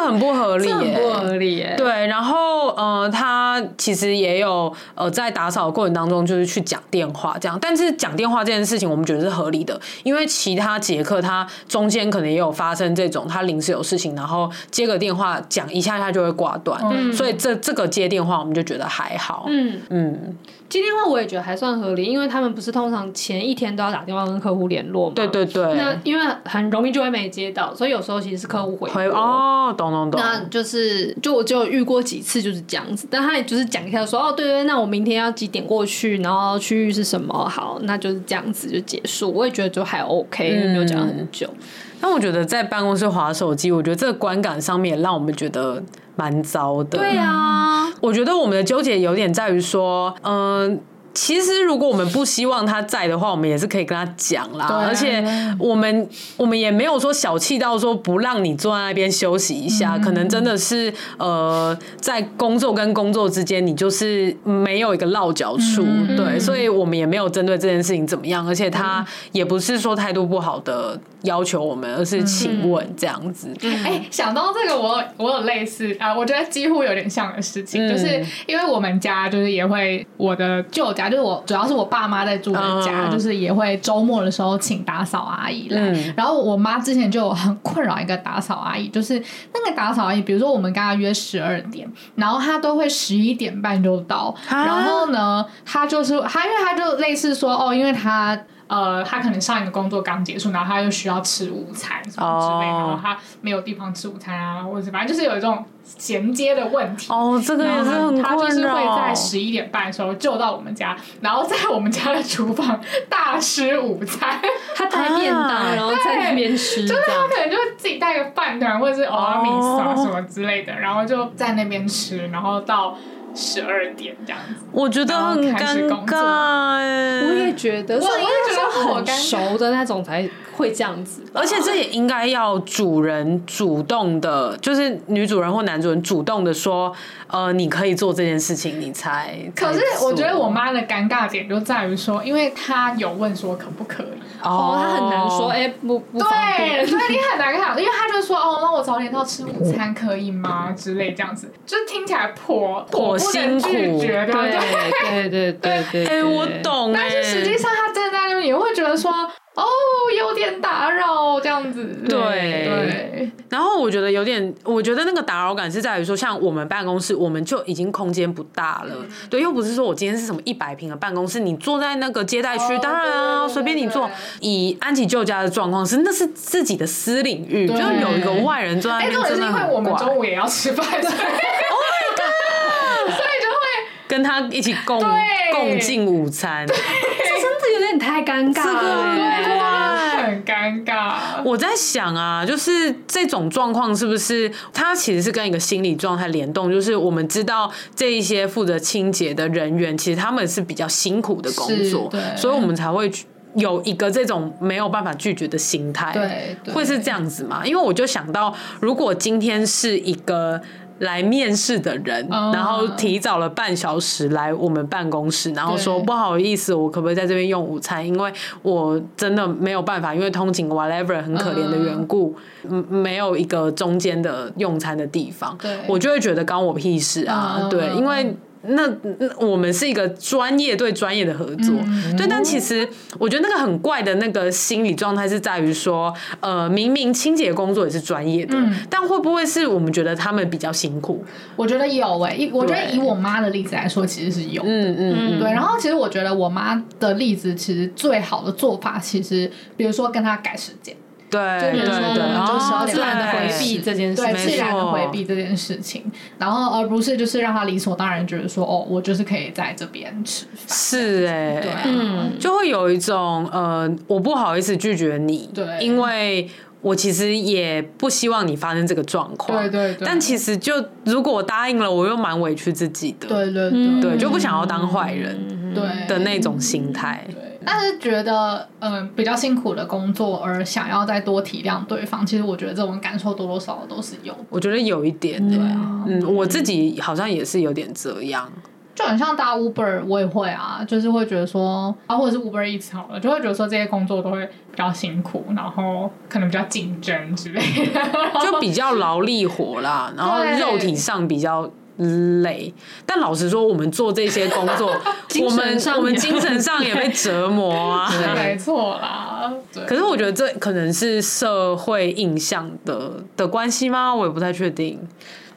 S3: 个很不合理
S2: 这很
S3: 耶、
S2: 不合理耶。
S3: 对，然后呃，他其实也有呃，在打扫的过程当中，就是去讲电话这样。但是讲电话这件事情，我们觉得是合理的，因为其他杰克他中间可能也有发生这种，他临时有事情，然后接个电话讲一下，他就会挂断。
S5: 嗯
S3: 所以这这个接电话，我们就觉得还好。
S2: 嗯，
S3: 嗯，
S2: 接电话我也觉得还算合理，因为他们不是通常前一天都要打电话跟客户联络嘛。
S3: 对对对，
S2: 那因为很容易就会没接到，所以有时候其实是客户回
S3: 回
S2: 拨
S3: 哦，懂懂懂。
S2: 那就是，就我就有遇过几次就是这样子，但他也就是讲一下说，哦，对对，那我明天要几点过去，然后区域是什么，好，那就是这样子就结束。我也觉得就还 OK，、没有讲很久。
S3: 但我觉得在办公室划手机，我觉得这个观感上面也让我们觉得蛮糟的。
S2: 对啊，
S3: 我觉得我们的纠结有点在于说，嗯、其实如果我们不希望他在的话，我们也是可以跟他讲啦。
S5: 对啊
S3: 而且我们我们也没有说小气到说不让你坐在那边休息一下，可能真的是呃，在工作跟工作之间，你就是没有一个落脚处，嗯对，所以我们也没有针对这件事情怎么样，而且他也不是说态度不好的。要求我们，而是请问这样子。
S5: 哎、想到这个我，我有类似啊、我觉得几乎有点像的事情，
S3: 嗯
S5: 就是因为我们家就是也会，我的旧家就是我主要是我爸妈在住的家，
S3: 嗯
S5: 就是也会周末的时候请打扫阿姨来。
S3: 嗯
S5: 然后我妈之前就有很困扰一个打扫阿姨，就是那个打扫阿姨，比如说我们跟她约十二点，然后她都会十一点半就到，
S3: 啊
S5: 然后呢，她就是她，因为她就类似说哦，因为她。呃，她可能上一个工作刚结束，然后她又需要吃午餐什么之类的
S3: 哦
S5: 然后他没有地方吃午餐啊，或者反正就是有一种衔接的问题。
S3: 哦，这个也
S5: 然
S3: 是
S5: 后
S3: 很
S5: 他他就
S3: 困
S5: 是会
S3: 扰。
S5: 在十一点半的时候就到我们家，然后在我们家的厨房大吃午餐，
S2: 他带便当，
S3: 啊
S2: 然后在那边吃，这
S5: 就是他
S2: 样
S5: 可能就会自己带个饭团或者是欧米啊什么之类的，然后就在那边吃，然后到十二点这样子。
S3: 我觉得很
S5: 然后开始
S3: 尴
S5: 工作
S3: 尬哎、
S2: 我也觉得，
S5: 我
S2: 所以
S5: 我也觉得
S2: 应该是
S5: 好
S2: 很
S5: 尴尬
S2: 熟的那种才会这样子吧，
S3: 而且这也应该要主人主动的，就是女主人或男主人主动的说，呃，你可以做这件事情，你才。
S5: 可是
S3: 才做
S5: 我觉得我，妈的尴尬点就在于说，因为她有问说可不可以，
S2: 哦，他很难说，哎，不不方
S5: 对，
S2: 便，
S5: 所以你很难看，因为他就说哦，那我早点到吃午餐可以吗？之类这样子，就听起来颇
S3: 颇
S5: 颇不
S3: 辛
S5: 能
S3: 苦
S5: 拒绝，对不对？
S2: 对对 对对对，
S3: 哎、我懂哎、
S5: 但是实际上他真的在那边也会觉得说哦，有点打扰这样子，
S3: 对
S5: 对，
S3: 然后我觉得有点，我觉得那个打扰感是在于说，像我们办公室，我们就已经空间不大
S5: 嗯
S3: 了，对，又不是说我今天是什么一百平的办公室，你坐在那个接待区，
S5: 哦
S3: 当然啊，
S5: 对对对
S3: 随便你坐
S5: 对。
S3: 以安琪舅家的状况是，那是自己的私领域，就
S5: 对
S3: 有一个外人坐在那
S5: 哎，
S3: 边
S5: 重点
S3: 真
S5: 是
S3: 的
S5: 因为
S3: 很
S5: 我们
S3: 怪，
S5: 中午也要吃饭，所以 所以就会
S3: 跟他一起共
S5: 对
S3: 共进午餐。
S2: 真的有点太尴尬了
S5: 对
S2: 哎。
S5: 很尴 尬。
S3: 我在想啊，就是这种状况是不是它其实是跟一个心理状态联动？就是我们知道这一些负责清洁的人员，其实他们是比较辛苦的工作
S5: 是，对
S3: 所以我们才会去有一个这种没有办法拒绝的心态。
S5: 对对
S3: 会是这样子吗？因为我就想到，如果今天是一个。来面试的人，
S5: 哦
S3: 然后提早了半小时来我们办公室，然后说
S5: 对
S3: 不好意思，我可不可以在这边用午餐？因为我真的没有办法，因为通勤 whatever 很可怜的缘故，嗯，没有一个中间的用餐的地方，
S5: 对
S3: 我就会觉得关我屁事啊，
S5: 嗯
S3: 对，因为。那那我们是一个专业对专业的合作，
S5: 嗯
S3: 对，但其实我觉得那个很怪的那个心理状态是在于说，呃，明明清洁工作也是专业的，
S5: 嗯
S3: 但会不会是我们觉得他们比较辛苦？
S5: 我觉得有诶，一我觉得以我妈的例子来说，其实是有，
S3: 嗯嗯
S5: 对，然后其实我觉得我妈的例子，其实最好的做法，其实比如说跟她改时间，
S3: 嗯，对
S5: 就比
S3: 对
S5: 如说
S3: 对，
S5: 我们
S3: 哦
S5: 就十二
S2: 自
S5: 点
S2: 然
S5: 半
S2: 的
S5: 的
S2: 回
S5: 回
S2: 避
S5: 避
S2: 这件事，
S5: 对，
S3: 没
S5: 自然的
S3: 错
S5: 回避这件事情，然后而不是就是让她理所当然觉得说，哦，我就是可以在这边吃饭，
S3: 是哎、
S5: 对啊
S2: 嗯，
S3: 就会有一种呃，我不好意思拒绝你，
S5: 对
S3: 因为我其实也不希望你发生这个状况，
S5: 对对对，
S3: 但其实就如果我答应了，我又蛮委屈自己的，
S5: 对对
S2: 嗯
S5: 对
S3: 对就不想要当坏人
S5: 对
S3: 的那种心态。
S5: 对，但是觉得嗯、呃比较辛苦的工作，而想要再多体谅对方，其实我觉得这种感受多多少少都是有的
S3: 我觉得有一点、欸，嗯，我自己好像也是有点这样，
S5: 就很像搭 Uber，我也会啊，就是会觉得说啊，或者是 Uber Eats 好了，就会觉得说这些工作都会比较辛苦，然后可能比较竞争之类的。
S3: 就比较劳力活啦，然后
S5: 哦对
S3: 肉体上比较。累，但老实说，我们做这些工 作，我们
S2: 神上
S3: 我们
S2: 也
S3: 精神上也被折磨啊。
S5: 没错啦，对。
S3: 可是我觉得这可能是社会印象的的关系吗？我也不太确定。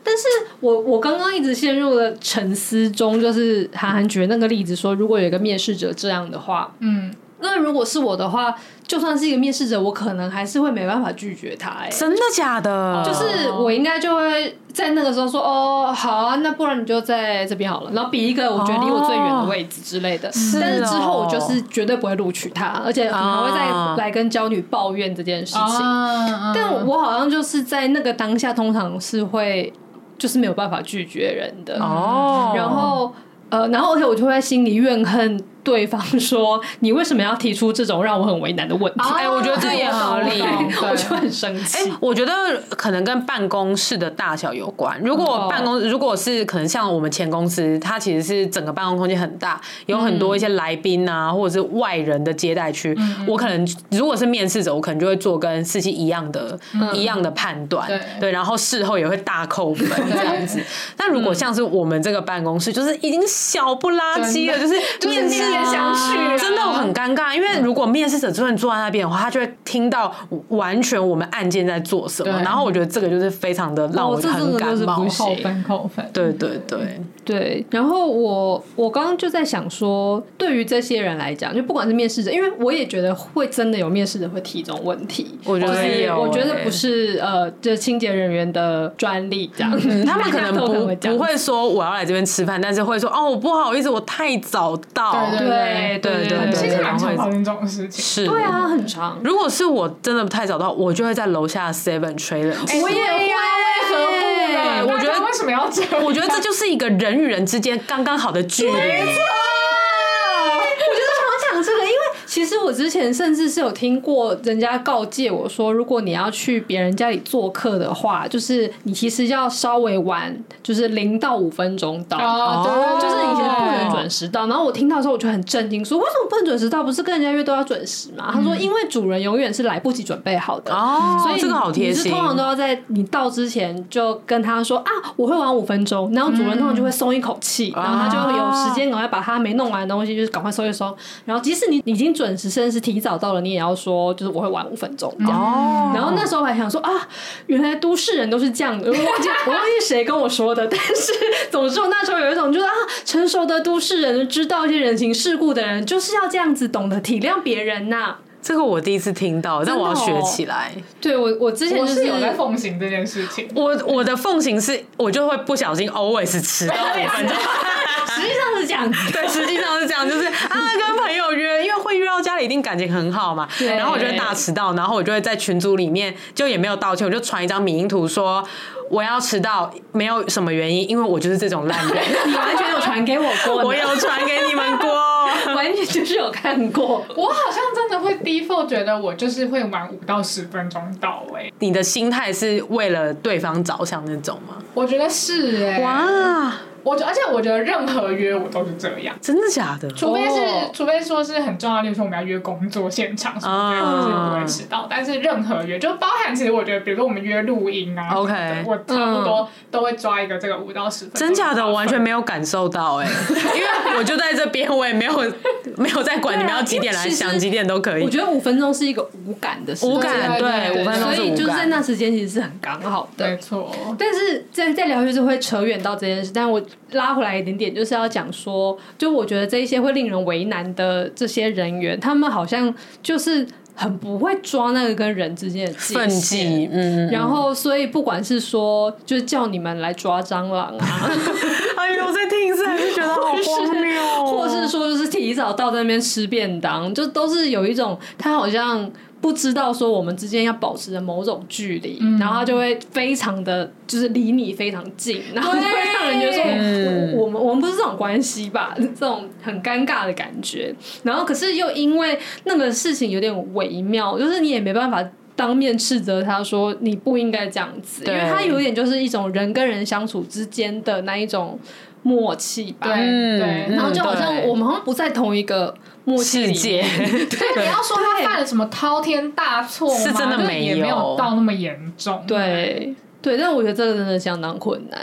S2: 但是我我刚刚一直陷入了沉思中，就是韩寒举的那个例子说，如果有一个面试者这样的话，
S5: 嗯，
S2: 那如果是我的话，就算是一个面试者，我可能还是会没办法拒绝他、哎，
S3: 真的假的？
S2: 就是我应该就会在那个时候说，哦，好啊，那不然你就在这边好了，然后比一个我觉得离我最远的位置之类的。但是之后我就是绝对不会录取他，而且可能还会
S3: 哦
S2: 再来跟娇女抱怨这件事情。
S5: 啊，
S2: 但我好像就是在那个当下，通常是会就是没有办法拒绝人的。
S3: 哦，
S2: 然后呃，然后而且我就会在心里怨恨对方说你为什么要提出这种让我很为难的问题？
S5: 啊
S3: 哎我觉得这也合理
S5: 对
S2: 我就很生气。
S3: 哎、我觉得可能跟办公室的大小有关。如果
S2: 哦
S3: 办公，如果是可能像我们前公司，它其实是整个办公空间很大，有很多一些来宾啊，或者是外人的接待区。我可能如果是面试者，我可能就会做跟司机一样的、一样的判断，
S5: 对
S3: 然后事后也会大扣分这样子。但如果像是我们这个办公室，就是已经小不拉几了，
S5: 真
S3: 就
S5: 的
S3: 是
S5: 就是
S3: 面试
S5: 面面相觑啊
S3: 真的很尴尬，因为如果面试者真的坐在那边的话，他就会听到完全我们案件在做什么。
S5: 对
S3: 然后我觉得这个就是非常的让我
S2: 哦这真
S3: 很
S2: 的
S3: 感
S2: 就是
S3: 冒
S2: 不。嗯
S5: 扣分扣分，
S3: 对对对，
S2: 对，然后我我刚刚就在想说，对于这些人来讲，就不管是面试者，因为我也觉得会真的有面试者会提这种问题，
S3: 我觉得
S2: 就是
S3: 有
S2: 我觉
S3: 欸
S2: 得不是呃，这清洁人员的专利这样，
S3: 嗯他们可能
S2: 大家都
S3: 不
S2: 会这样
S3: 不会说我要来这边吃饭，但是会说哦，我不好意思，我太早到。
S5: 对
S2: 对
S3: 对对
S2: 对
S5: 其实
S3: 对
S5: 蛮常发生这种事情。
S3: 是，
S2: 对啊，很长。
S3: 如果是我真的太早到，我就会在楼下 Seven 吹冷气。
S2: 哎我也会，
S5: 对
S3: 我
S5: 大
S3: 觉
S5: 家
S3: 得
S5: 为什么要这样？
S3: 我觉得这就是一个人与人之间刚刚好的距离。
S2: 我就是想讲这个，因为其实我之前甚至是有听过人家告诫我说，如果你要去别人家里做客的话，就是你其实要稍微晚，就是零到五分钟到。
S5: 哦，对，
S2: 就是你其实不能
S5: 对
S2: 准时到，然后我听到的时候我就很震惊，说为什么不能准时到？不是跟人家约都要准时吗？他说因为主人永远是来不及准备好的，
S3: 嗯哦，
S2: 所以
S3: 这个好贴
S2: 你是
S3: 心。哦
S2: 通常都要在你到之前就跟他说啊，我会晚五分钟，然后主人通常就会松一口气，
S3: 嗯
S2: 然后他就有时间赶快把他没弄完的东西就是赶快收一收，然后即使你已经准时，甚至是提早到了，你也要说就是我会晚五分钟这样。
S3: 哦
S2: 然后那时候我还想说啊，原来都市人都是这样的，我忘记我忘记谁跟我说的，但是总之我那时候有一种就是啊，成熟的都市人知道一些人情世故的人就是要这样子，懂得体谅别人呐、
S3: 这个我第一次听到，但我要
S2: 真的
S3: 学
S2: 哦
S3: 起来。
S2: 对我我之前
S5: 我
S2: 就是
S5: 有 在奉行这件事情。
S3: 我我的奉行是，我就会不小心 always 迟到五分钟。
S2: 实际上是这样子。
S3: 对，实际上是这样，就是啊，跟朋友约，因为会约到家里，一定感情很好嘛。
S2: 对
S3: 然后我就会大迟到，然后我就会在群组里面就也没有道歉，我就传一张米音图说我要迟到，没有什么原因，因为我就是这种烂 人。
S2: 你完全有传给我过，
S3: 我有传给你们过。
S2: 完全就是有看 过。
S5: 我好像真的会 default 觉得我就是会晚五到十分钟到位，
S3: 你的心态是为了对方着想那种吗？
S5: 我觉得是哎、
S3: 哇，
S5: 我觉而且我觉得任何约我都是这样，
S3: 真的假的？
S5: 除非是、
S2: 哦
S5: 除非说是很重要，例如说我们要约工作现场什么的，
S3: 啊
S5: 我是不会迟到。但是任何约就包含，其实我觉得，比如说我们约录音啊
S3: OK 嗯
S5: 什么的我差不多都会抓一个这个五到十分钟。
S3: 真假的，我完全没有感受到哎、 因为我就在这边，我也没有 没有在管你们要几点来，
S2: 对啊因为其实
S3: 想几点都可以
S2: 我。觉得五分钟是一个无感的时间
S3: 无感，
S5: 对对
S3: 对，
S5: 对
S3: 五分钟
S2: 所
S3: 是
S2: 以就
S3: 无
S2: 是在
S3: 感。
S2: 那时间其实是很刚好
S5: 没
S2: 的。
S5: 错，
S2: 但是在在聊就是会扯远到这件事，但我拉回来一点点，就是要讲说，就我觉得这一些会令人为难的这些人员，他们好像就是很不会抓那个跟人之间的
S3: 奋
S2: 界限。
S3: 际，嗯，
S2: 然后，所以不管是说，就是叫你们来抓蟑螂啊，
S3: 哎呦，我在听是还是觉 得好荒谬哦，
S2: 或是说就是提早到那边吃便当，就都是有一种他好像不知道说我们之间要保持着某种距离，然后他就会非常的就是离你非常近，然后就会让人觉得说我我们我们不是这种关系吧， 这种很尴尬的感觉。然后可是又因为那个事情有点微妙，就是你也没办法。当面斥责他说你不应该这样子，因
S3: 对
S2: 为他有点就是一种人跟人相处之间的那一种默契吧。
S5: 对
S3: 嗯
S5: 对。
S2: 然后就好像
S3: 对
S2: 我们好像不在同一个默契
S3: 世
S2: 里
S3: 界
S2: 面，
S5: 对，啊你要说他犯了什么滔天大错吗
S3: 是真的
S5: 就是
S3: 没
S5: 也
S3: 有
S5: 没有到那么严 重。，啊
S2: 对对，但我觉得这个真的相当困难。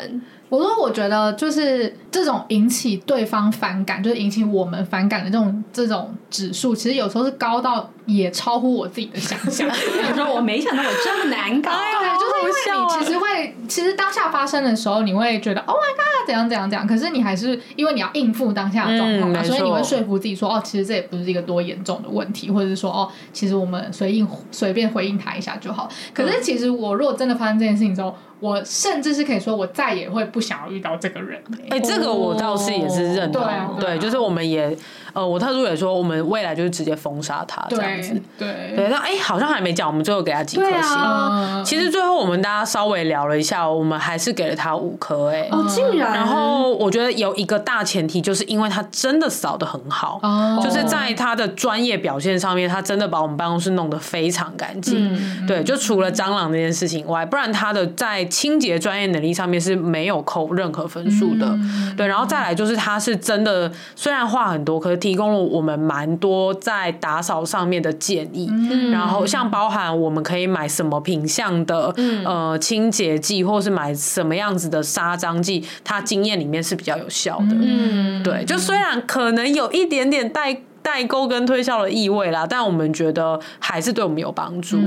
S5: 我说，我觉得就是这种引起对方反感，就是引起我们反感的这种这种指数，其实有时候是高到也超乎我自己的想 象。
S2: 我说我没想到我这么难搞，
S5: 对，就是因为你其实会，其实当下发生的时候，你会觉得 “Oh my god”，怎样怎样怎样。可是你还是因为你要应付当下的状况
S3: 嗯
S5: 嘛，
S3: 没错
S5: 所以你会说服自己说：“哦，其实这也不是一个多严重的问题，或者是说哦，其实我们随应随便回应他一下就好。”可是其实我如果真的发生这件事情之后，我甚至是可以说，我再也会不想要遇到这个人、欸
S3: 哎、这个我倒是也是认同，
S5: 对啊对啊
S3: 对，就是我们也，呃，我特助也说，我们未来就是直接封杀他这样子
S5: 对，对
S3: 对，那哎、好像还没讲，我们最后给他几
S2: 啊
S3: 颗星、
S5: 嗯
S3: 其实最后我们大家稍微聊了一下，我们还是给了他五颗哎、
S2: 哦，竟然，
S3: 然后我觉得有一个大前提，就是因为他真的扫的很好，
S5: 哦
S3: 就是在他的专业表现上面，他真的把我们办公室弄得非常干净。对，就除了蟑螂这件事情以外，不然他的在清洁专业能力上面是没有扣任何分数的。对，然后再来就是他是真的，虽然话很多，可是提供了我们蛮多在打扫上面的建议。
S2: 嗯
S3: 然后像包含我们可以买什么品相的、呃清洁剂，或是买什么样子的杀蟑剂，他经验里面是比较有效的。
S2: 嗯，
S3: 对，就虽然可能有一点点代代沟跟推销的意味啦，但我们觉得还是对我们有帮助。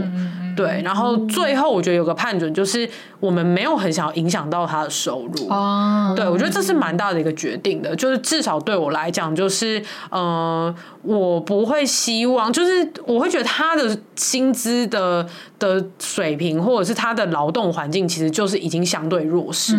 S3: 对，然后最后我觉得有个判准就是，我们没有很想要影响到他的收入。
S5: 哦，
S3: 对，我觉得这是蛮大的一个决定的，就是至少对我来讲，就是呃，我不会希望，就是我会觉得他的薪资的的水平，或者是他的劳动环境，其实就是已经相对弱势。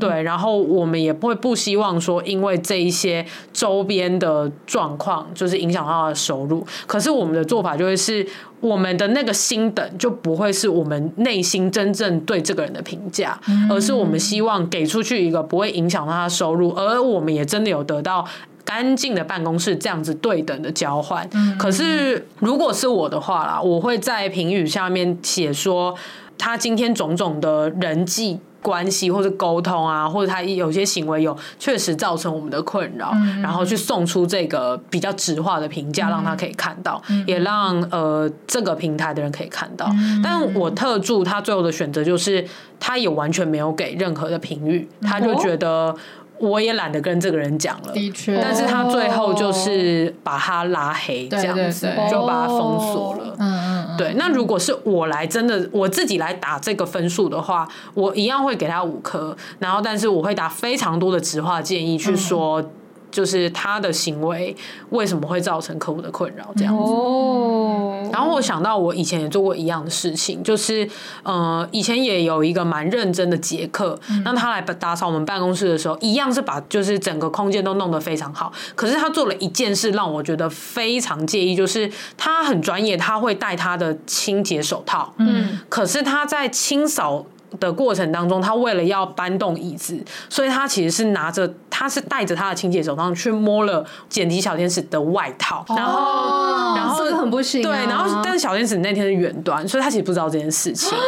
S3: 对，然后我们也不会不希望说，因为这一些周边的状况，就是影响到他的收入。可是我们的做法就会是，我们的那个心等就不会是我们内心真正对这个人的评价，而是我们希望给出去一个不会影响到他的收入，而我们也真的有得到。干净的办公室这样子对等的交换，可是如果是我的话啦，我会在评语下面写说，他今天种种的人际关系或者沟通啊，或者他有些行为有确实造成我们的困扰，
S5: 嗯
S3: 然后去送出这个比较直化的评价，让他可以看到，
S5: 嗯
S3: 也让呃这个平台的人可以看到。但我特助他最后的选择就是，他也完全没有给任何的评语，
S5: 嗯
S3: 他就觉得我也懒得跟这个人讲了。
S5: 的确，
S3: 但是他最后就是把他拉黑，这
S5: 对
S3: 样
S5: 对
S3: 子
S5: 对
S3: 就把他封锁了。
S5: 嗯嗯，
S3: 对，那如果是我来真的我自己来打这个分数的话，我一样会给他五颗，然后但是我会打非常多的直话建议去说，就是他的行为为什么会造成客户的困扰这样子。
S2: 哦，
S3: 然后我想到我以前也做过一样的事情，就是呃，以前也有一个蛮认真的杰克，那、他来打扫我们办公室的时候，一样是把就是整个空间都弄得非常好。可是他做了一件事让我觉得非常介意，就是他很专业，他会戴他的清洁手套，
S5: 嗯，
S3: 可是他在清扫。的过程当中，他为了要搬动椅子，所以他其实是拿着，他是戴着他的清洁手套去摸了剪辑小天使的外套，然后
S2: 哦，
S3: 然后
S2: 这个很不行啊，
S3: 对，然后但是小天使那天是远端，所以他其实不知道这件事情。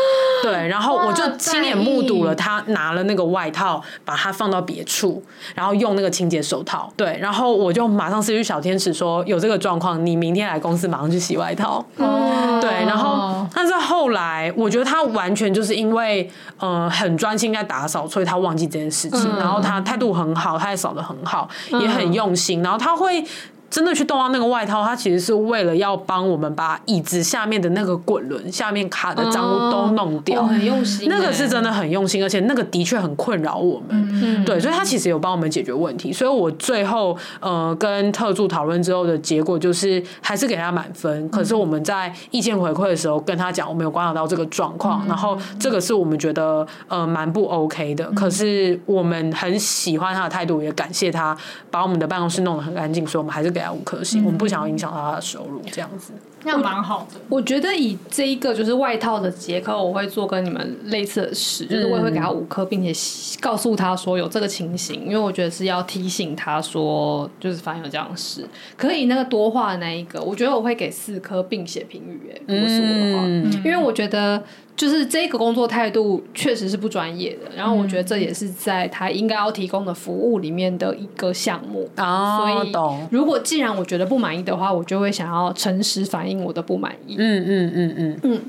S3: 对，然后我就亲眼目睹了他拿了那个外套，把它放到别处，然后用那个清洁手套。对，然后我就马上私讯小天使说有这个状况，你明天来公司马上去洗外套。
S5: 哦
S3: 对，然后但是后来，我觉得他完全就是因为呃很专心在打扫，所以他忘记这件事情。然后他态度很好，他也扫的很好，也很用心。然后他会。真的去动到那个外套，他其实是为了要帮我们把椅子下面的那个滚轮下面卡的脏污都弄掉，
S2: 哦很用心欸，
S3: 那个是真的很用心，而且那个的确很困扰我们。
S2: 嗯
S3: 对，所以他其实有帮我们解决问题。所以我最后呃跟特助讨论之后的结果就是，还是给他满分。可是我们在意见回馈的时候跟他讲，我们有观察到这个状况，然后这个是我们觉得呃蛮不 OK 的。可是我们很喜欢他的态度，也感谢他把我们的办公室弄得很干净，所以我们还是给他五颗星。我们不想要影响到他的收入，这样子。
S5: 那样蛮好的。
S2: 我觉得以这一个就是外套的结构，我会做跟你们类似的事，就是我也会给他五颗，并且告诉他说有这个情形，因为我觉得是要提醒他说，就是发现有这样的事。可以那个多话的那一个，我觉得我会给四颗，并且评语、欸，
S3: 嗯
S2: 如果是我的话，因为我觉得。就是这个工作态度确实是不专业的，然后我觉得这也是在他应该要提供的服务里面的一个项目。
S3: 哦
S2: 所以
S3: 懂。
S2: 如果既然我觉得不满意的话，我就会想要诚实反映我的不满意。
S3: 嗯嗯嗯嗯，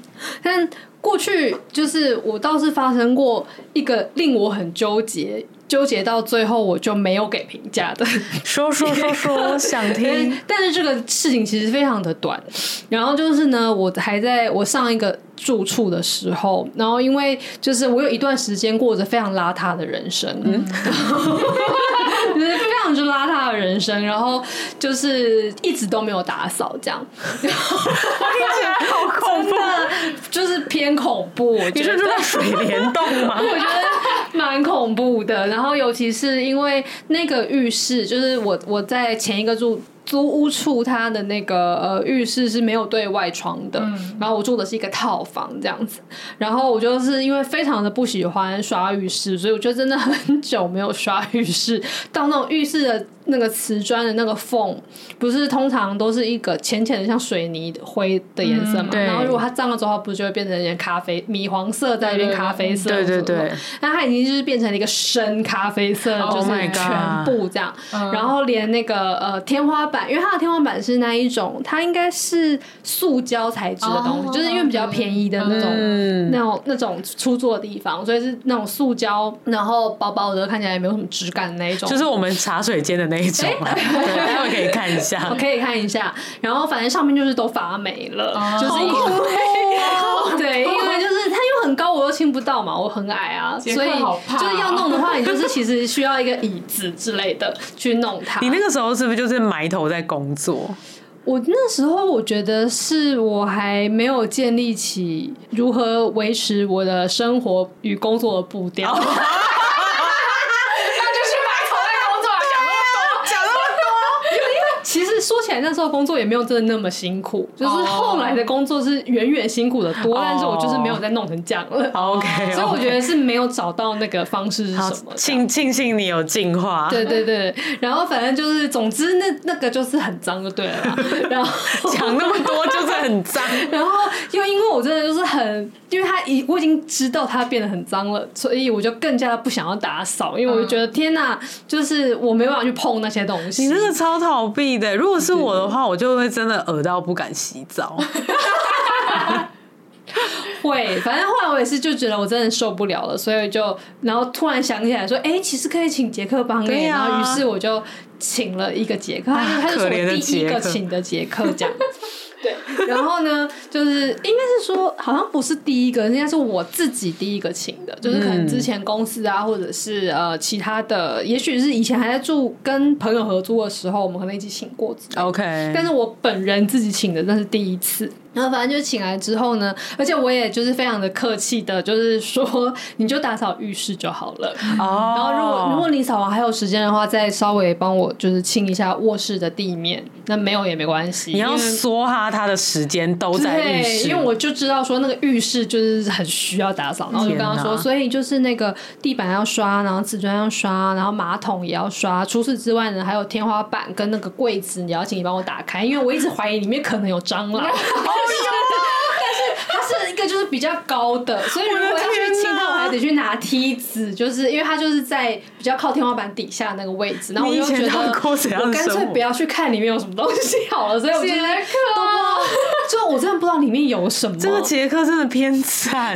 S2: 但过去就是我倒是发生过一个令我很纠结，纠结到最后我就没有给评价 的。
S3: 说说说说，想
S2: 但
S3: 听。
S2: 但是这个事情其实非常的短，然后就是呢，我还在我上一个住处的时候，然后因为就是我有一段时间过着非常邋遢的人生， 就是非常之邋遢的人生，然后就是一直都没有打扫，这 样，听起来好恐怖，就是偏恐怖。我
S3: 你
S2: 觉
S3: 是
S2: 得
S3: 住在水帘洞 吗？
S2: 我觉得蛮恐怖的。然后尤其是因为那个浴室，就是我我在前一个住。租屋处它的那个呃浴室是没有对外窗的，
S3: 嗯
S2: 然后我住的是一个套房这样子，然后我就是因为非常的不喜欢刷浴室，所以我就真的很久没有刷浴室，到那种浴室的那个瓷砖的那个缝，不是通常都是一个浅浅的像水泥灰的颜色嘛，
S3: 嗯对
S2: 然后如果它脏了之后，它不是就会变成有点咖啡米黄色在那边咖啡色，
S3: 对对对，
S2: 那它已经就是变成了一个深咖啡色，
S5: Oh
S2: 就是
S3: my god
S2: 全
S3: 嗯
S2: 部这样。然后连那个呃天花板，因为它的天花板是那一种，它应该是塑胶材质的东西
S5: 哦
S2: 就是因为比较便宜的那种、
S3: 嗯
S2: 那种那种出租的地方，所以是那种塑胶，然后薄薄的，看起来也没有什么质感的那一种。
S3: 就是我们茶水间的那一种啊，对，待会可以看一下
S2: 我。可以看一下，然后反正上面就是都发霉了，
S5: 哦
S2: 就是因
S5: 啊
S2: 为 对，因为就是它又很高，我又亲不到嘛，我很矮啊，
S5: 杰
S2: 所
S5: 克
S2: 以
S5: 好怕哦
S2: 就是要弄的话，你就是其实需要一个椅子之类的去弄 它。
S3: 你那个时候是不是就是埋头在工作？
S2: 我那时候我觉得是我还没有建立起如何维持我的生活与工作的步调。
S5: 哦
S4: 那就去埋头在工作，想那么多，想那么
S2: 其实说起来，那时候工作也没有真的那么辛苦，就是
S5: 哦
S2: 后来的工作是远远辛苦的多
S3: 哦
S2: 但是我就是没有再弄成这样
S5: 哦
S2: 了。
S3: 好，OK，
S2: 哦所以我觉
S3: OK
S2: 得是没有找到那个方式是
S3: 哎好
S2: 什么的。
S3: 庆庆幸你有进化，
S2: 对对对，然后反正就是，总之那那个就是很脏就对了 啦。然后
S3: 讲那么多就是很脏。
S2: 然后又因为我真的就是很，因为他已我已经知道他变得很脏了，所以我就更加不想要打扫，因为我就觉得、天哪，就是我没办法去碰那些东西。
S3: 嗯你那个超逃避的，如果是我的话，我就会真的恶到不敢洗 澡。
S2: 会，反正后来我也是就觉得我真的受不了了，所以就然后突然想起来说，哎、其实可以请杰克帮你、
S3: 对啊
S2: 然后于是我就请了一个杰克，他
S3: 啊
S2: 就他就是我
S3: 可怜的
S2: 第一
S3: 杰
S2: 个
S3: 克
S2: 请的杰克 这样。对，然后呢，就是应该是说，好像不是第一个，应该是我自己第一个请的，就是可能之前公司啊，或者是呃其他的，也许是以前还在住跟朋友合租的时候，我们可能一起请过之类的
S3: OK，
S2: 但是我本人自己请的那是第一次。然后反正就请来之后呢，而且我也就是非常的客气的，就是说你就打扫浴室就好了。
S3: 哦，
S2: 然后如果如果你扫完还有时间的话，再稍微帮我就是清一下卧室的地面，那没有也没关系。
S3: 你要
S2: 因为
S3: 梭哈他的时间都在浴
S2: 对，
S3: 室，
S2: 因为我就知道说那个浴室就是很需要打扫，然后我就跟他
S3: 天
S2: 说，
S3: 哪
S2: 所以就是那个地板要刷，然后瓷砖要刷，然后马桶也要刷。除此之外呢，还有天花板跟那个柜子，也要请你帮我打开，因为我一直怀疑里面可能有蟑 螂。但哦是但是它是一个就是比较高的，所以如果我要去清它，我还得去拿梯子，就是因为它就是在比较靠天花板底下那个位置，然后我
S3: 你以
S2: 就
S3: 前
S2: 觉得
S3: 到底过怎样的
S2: 我干
S3: 生
S2: 脆
S3: 活
S2: 不要去看里面有什么东西好了，所以我就是都不知道 就我真的不知道里面有什么。
S3: 这个杰克真的偏惨，欸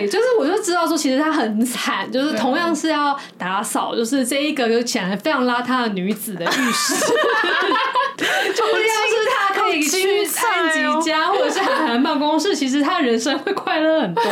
S2: 对，就是我就知道说，其实她很惨，就是同样是要打扫，就是这一个就显然非常邋遢的女子的浴室， 就是要是她可以去安吉家、或者是韩寒办公室，其实她人生会快乐 很多。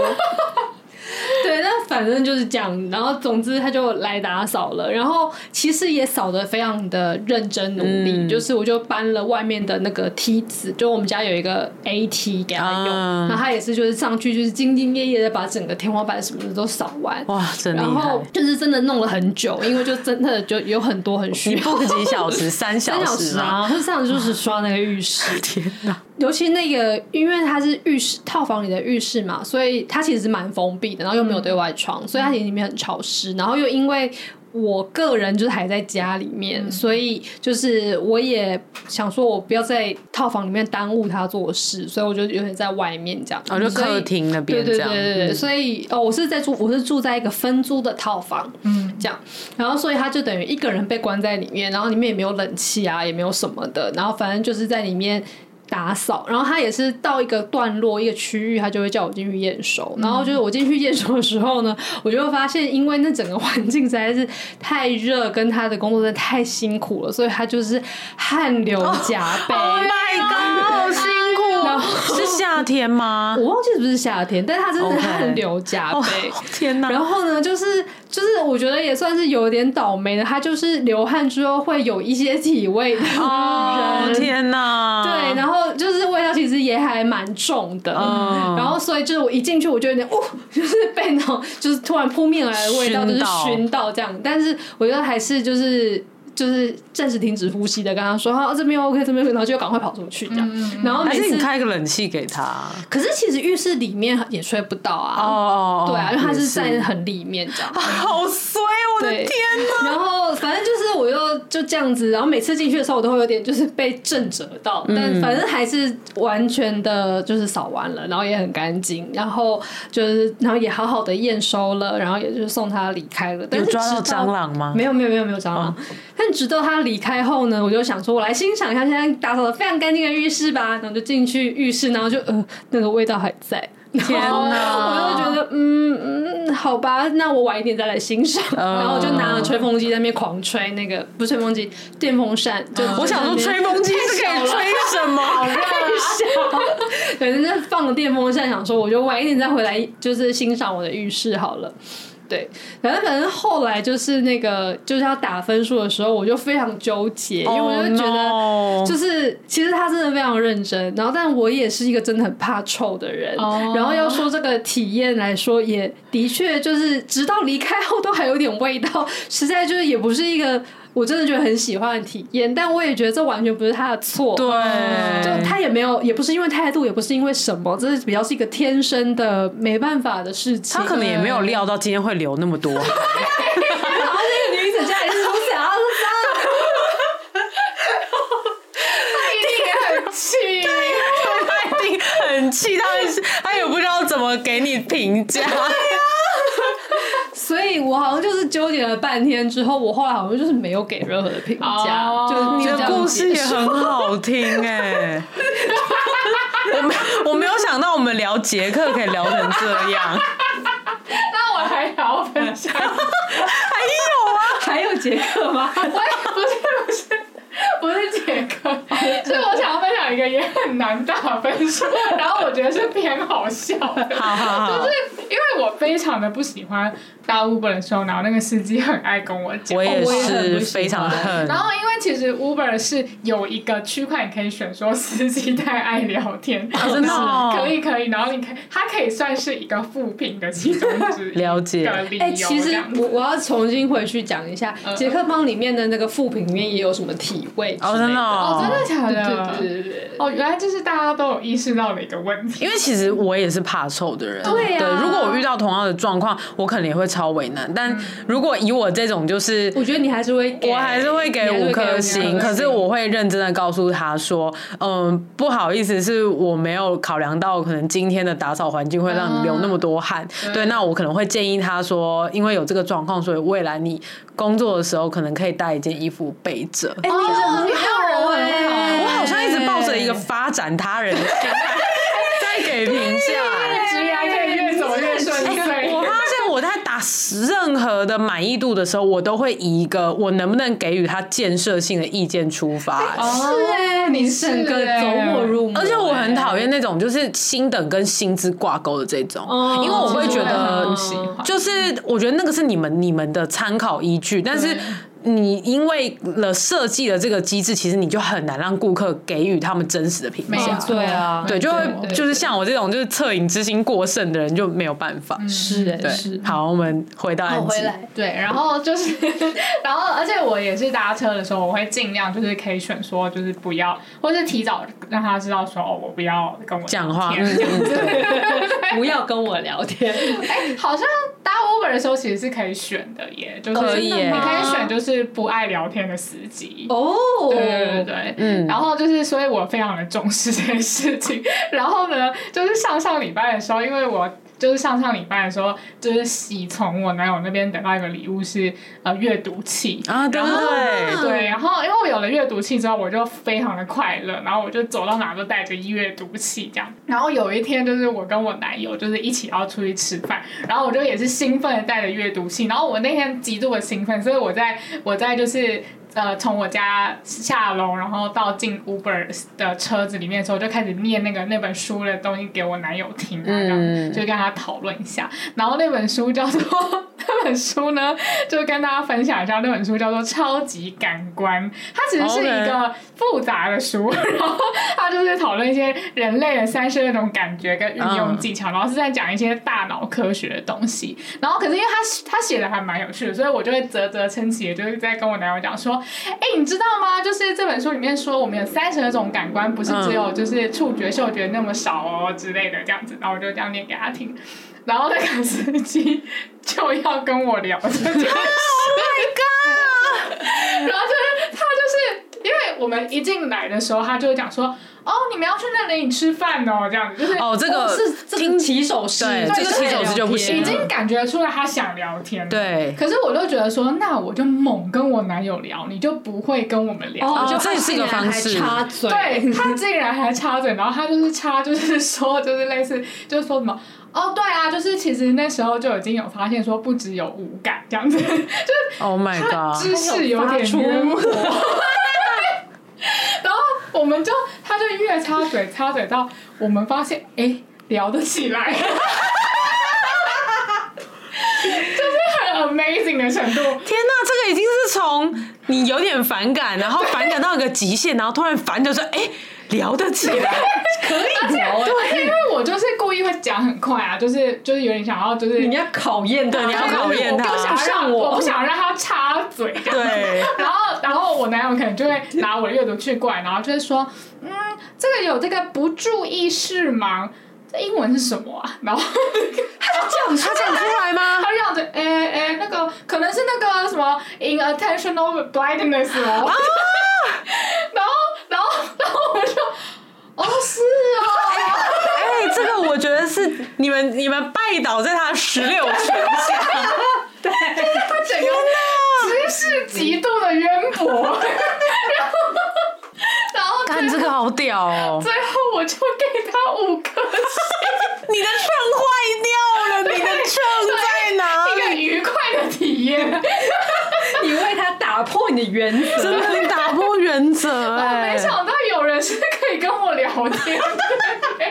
S2: 对，那反正就是这样，然后总之她就来打扫了，然后其实也扫的非常的认真努力，
S3: 嗯
S2: 就是我就搬了外面的那个梯子，就我们家有一个 A T 给她用，
S3: 啊
S2: 然后她也是就是上去就是兢兢业业的把整个天花板什么的都扫完，
S3: 哇，真厉
S2: 然后
S3: 害！
S2: 就是真的弄了很久，因为就真的就有很多很需
S3: 你
S2: 要
S3: 不几 小时，三
S2: 三
S3: 小
S2: 小
S3: 时
S2: 时
S3: 吗？
S2: 啊，他上就是刷那个浴室，
S3: 天哪！
S2: 尤其那个，因为它是浴室套房里的浴室嘛，所以它其实蛮封闭的，然后又没有对外
S3: 嗯
S2: 窗，所以它其实里面很潮湿。然后又因为我个人就是还在家里面，
S3: 嗯
S2: 所以就是我也想说，我不要在套房里面耽误他做事，所以我就有点在外面这样。
S3: 哦，就
S2: 所以
S3: 客厅那
S2: 对
S3: 边这
S2: 对对
S3: 样，嗯
S2: 对对，所以哦，我是在住，我是住在一个分租的套房，嗯，这样，然后所以他就等于一个人被关在里面，然后里面也没有冷气啊，也没有什么的，然后反正就是在里面。打扫，然后他也是到一个段落、一个区域，他就会叫我进去验收。然后就是我进去验收的时候呢，我就会发现，因为那整个环境实在是太热，跟他的工作真的太辛苦了，所以他就是汗流浃背。
S3: 哦 Oh my god，好辛苦
S2: 然后
S3: 是夏 天吗？
S2: 我忘记是不是夏天，但是它真的
S3: OK
S2: 汗流浃
S3: 哦
S2: 背。
S3: 天哪！
S2: 然后呢，就是就是，我觉得也算是有点倒霉的，他就是流汗之后会有一些体味的人，
S3: 哦，天哪！
S2: 对，然后就是味道其实也还蛮重的，
S3: 嗯
S2: 然后所以就是我一进去，我就有点哦，就是被那种就是突然扑面而来的味道，就
S3: 熏
S2: 是
S3: 到
S2: 熏到这样。但是我觉得还是就是。就是暂时停止呼吸的，跟他说：“哦，这边 OK，这边 OK。”然后就赶快跑出去这样。然后
S3: 嗯还
S2: 每
S3: 是
S2: 次
S3: 你，开个冷气给他。
S2: 可是其实浴室里面也吹不到啊。
S3: 哦哦，哦
S2: 对啊，因为它
S3: 也
S2: 是
S3: 是
S2: 在很里面这样。
S3: 好衰，我的
S2: 对，
S3: 天！
S2: 然后反正就是我又就这样子，然后每次进去的时候我都会有点就是被震折到，
S3: 嗯
S2: 但反正还是完全的就是扫完了，然后也很干净，然后就是然后也好好的验收了，然后也就是送他离开了。但
S3: 有
S2: 是
S3: 抓到
S2: 直到
S3: 蟑螂吗？哦
S2: 没有没有没有没有蟑螂，但直到他离开后呢，我就想说，我来欣赏一下现在打扫的非常干净的浴室吧。然后就进去浴室，然后就呃那个味道还在。
S3: 天啊
S2: 然后
S3: 哪
S2: 我就觉
S3: 哦
S2: 得，嗯嗯，好吧，那我晚一点再来欣赏。
S3: 哦
S2: 然后我就拿了吹风机在那边狂吹那个，不是吹风机，电风扇。就
S3: 哦我想说吹风机是可以吹什么？
S2: 啊对， 反正放了电风扇，想说我就晚一点再回来，就是欣赏我的浴室好了。对，反正反正后来就是那个就是要打分数的时候，我就非常纠结，因为我就觉得
S3: Oh no
S2: 就是其实他真的非常认真，然后但我也是一个真的很怕臭的人
S3: Oh
S5: 哦
S2: 然后要说这个体验来说，也的确就是直到离开后都还有点味道，实在就是也不是一个我真的觉得很喜欢的体验，但我也觉得这完全不是他的错，
S3: 对，
S2: 就他也没有，也不是因为态度，也不是因为什么，这是比较是一个天生的没办法的事情。
S3: 他可能也没有料到今天会流那 么多。
S2: 然后那个女子家也是如此，然后说
S3: 他一定很气，他他也不知道怎么给你评价。
S2: 所以我好像就是纠结了半天之后，我后来好像就是没有给任何的评价，
S5: 哦
S2: 就是
S3: 你
S2: 就
S3: 的
S2: 这样
S3: 故事
S2: 结
S3: 也
S2: 束
S3: 很好听 哎、我没我没有想到我们聊捷克可以聊成这样，
S5: 那我还要分 享，
S3: 啊
S2: 还有杰克吗？
S5: 我也不是不是不是杰克，是我想要分享一个也很难打分数，然后我觉得是偏好笑的。
S3: 好好 好，
S5: 因为我非常的不喜欢搭 Uber 的时候，然后那个司机很爱跟我
S3: 哦
S5: 讲。
S3: 我也
S2: 我也很
S3: 是
S2: 不喜
S3: 非常恨。
S5: 然后，因为其实 Uber 是有一个区块，你可以选说司机太爱聊天，
S3: 真的哦
S5: 可以可以，然后你可以，它可以算是一个负评的其中之一
S3: 了解
S5: 的理由。
S2: 哎、其
S5: 这
S2: 实
S5: 样子
S2: 我我要重新回去讲一下
S3: 嗯
S2: 《杰克帮》里面的那个副品里面也有什么体味之类
S3: 哦，真的、
S5: 哦，真的假
S2: 对
S5: 的？
S2: 对对对对。
S5: 哦，原来这是大家都有意识到的一个问题。
S3: 因为其实我也是怕臭的人，
S2: 对啊
S3: 如果我遇到同样的状况，我可能也会超为难。但如果以我这种，就是
S2: 我觉得你还是会给，
S3: 我还是会给
S2: 你还是
S3: 五颗
S2: 五
S3: 星，可是我会认真的告诉他说，嗯，不好意思，是我没有考量到可能今天的打扫环境会让你流那么多汗，对，那我可能会建议他说，因为有这个状况，所以未来你工作的时候可能可以带一件衣服备着。
S2: 哎、你人很好哎、
S3: 我好像一直抱着一个发展他人的心态在给评价。
S5: 职
S2: 啊
S5: 业可以越走越顺遂。
S3: 我发现我在打任何的满意度的时候，我都会以一个我能不能给予他建设性的意见出发、
S2: 是哎、你
S5: 是
S2: 整个
S5: 哎
S2: 走火入欸魔、
S3: 而且我很讨厌那种就是薪等跟薪资挂钩的这种，
S2: 哦
S3: 因为我会觉
S5: 我也
S3: 得
S5: 很不喜欢，
S3: 就是我觉得那个是你们你们的参考依据，但是
S5: 对
S3: 你因为了设计了这个机制，其实你就很难让顾客给予他们真实的评
S5: 没
S3: 价
S5: 错。
S2: 对啊
S3: 对，就
S5: 对
S3: 会
S5: 对
S3: 就是像我这种就是恻隐之心过剩的人就没有办法。
S5: 嗯
S2: 是哎、
S3: 对，
S2: 是。
S3: 好，我们回到安
S2: 我
S3: 吉
S2: 回，来，
S5: 对，然后就是，然后而且我也是搭车的时候，我会尽量就是可以选说，就是不要，或是提早让他知道说，哦，我不要跟我
S3: 讲话
S5: 天
S3: 嗯嗯
S2: 不要跟我聊天。
S5: 哎，好像搭 Uber 的时候
S3: 嗯
S5: 其实是可以选的耶，就是
S3: 可以耶
S5: 你可以选就是不爱聊天的司机。
S2: 哦，
S5: 对对对对，
S3: 嗯
S5: 然后就是，所以我非常的重视这件事情。然后呢，就是上上礼拜的时候，因为我就是上上礼拜的时候，就是喜从我男友那边得到一个礼物是呃阅读器
S3: 啊，对
S5: 然后
S3: 对对，
S5: 对，然后因为我有了阅读器之后，我就非常的快乐，然后我就走到哪都带着阅读器这样。然后有一天，就是我跟我男友就是一起要出去吃饭，然后我就也是兴奋的带着阅读器，然后我那天极度的兴奋，所以我在我在就是。呃从我家下楼，然后到进 Uber 的车子里面的时候，我就开始念那个那本书的东西给我男友听啊，这样、
S3: 嗯
S5: 就跟他讨论一下。然后那本书叫做 那本书呢，就跟大家分享一下，那本书叫做《超级感官》，它其实是一个复杂的书， 然后它就是讨论一些人类的三十二种感觉跟运用技巧，然后是在讲一些大脑科学的东西。然后可是因为他他写的还蛮有趣的，所以我就会啧啧称奇，就是在跟我男友讲说，哎，你知道吗？就是这本书里面说我们有三十二种感官，不是只
S3: Oh
S5: 有嗯就是触觉、嗅觉那么少哦之类的这样子。然后我就这样念给他听，然后那个司机就要跟我聊这件事。然后就是他就是因为我们一进来的时候，他就会讲说，哦，你们要去那里吃饭哦，这样子就是
S3: 哦，这个
S2: 是这个起手式，
S3: 对
S5: 这个起手
S3: 式就不行
S5: 已
S3: 了
S5: 经感觉出来他想聊天了。
S3: 对。
S5: 可是我就觉得说，那我就猛跟我男友聊，你就不会跟我们聊。
S2: 哦，
S3: 哦
S2: 就
S3: 这也是一个方式
S2: 竟然还插嘴，
S5: 对他竟然还插嘴，然后他就是插，就是说，就是类似，就是说什么。哦，对啊，就是其实那时候就已经有发现说，不只有五感这样子， 就是
S3: ，Oh my
S5: 他
S3: god！
S5: 知识有点渊博。 然后我们就，他就越插嘴插嘴到我们发现，哎，聊得起来， 就是很 amazing 的程度。
S3: 天呐，这个已经是从你有点反感，然后反感到一个极限，然后突然反就说，哎、聊得起 来，
S5: 而且对，而 且因为我就是故意会讲很快啊，就是就是有点想要就是
S2: 你要考验
S3: 对，你要
S5: 就是
S3: 考验
S5: 我
S3: 他
S5: 不，想让
S2: 上我
S5: 我不想让他插嘴。
S3: 对，
S5: 然后， 然后我男友可能就会拿我的阅读器过来，然后就会说：“嗯，这个有这个不注意视盲，这英文是什么啊？” 然后
S3: 他讲出来吗
S5: 他？就这样子，哎、哎、那个可能是那个什么 inattentional blindness 哦。
S3: 啊
S5: 然后，然后，然后我就，哦，是哦。
S3: 哎、这个我觉得是你们你们拜倒在他十六拳下，
S5: 他整个知识极度的渊博， 然后然后
S3: 看这个好屌 哦！
S5: 最后我就给他五颗星，
S3: 你的秤坏掉了，你的秤在 哪
S5: 一个
S3: 里？
S5: 愉快的体验。
S2: 你为他打破你的原则，
S3: 真的打破原则
S5: 我
S3: 哎、
S5: 没想到有人是可以跟我聊天的，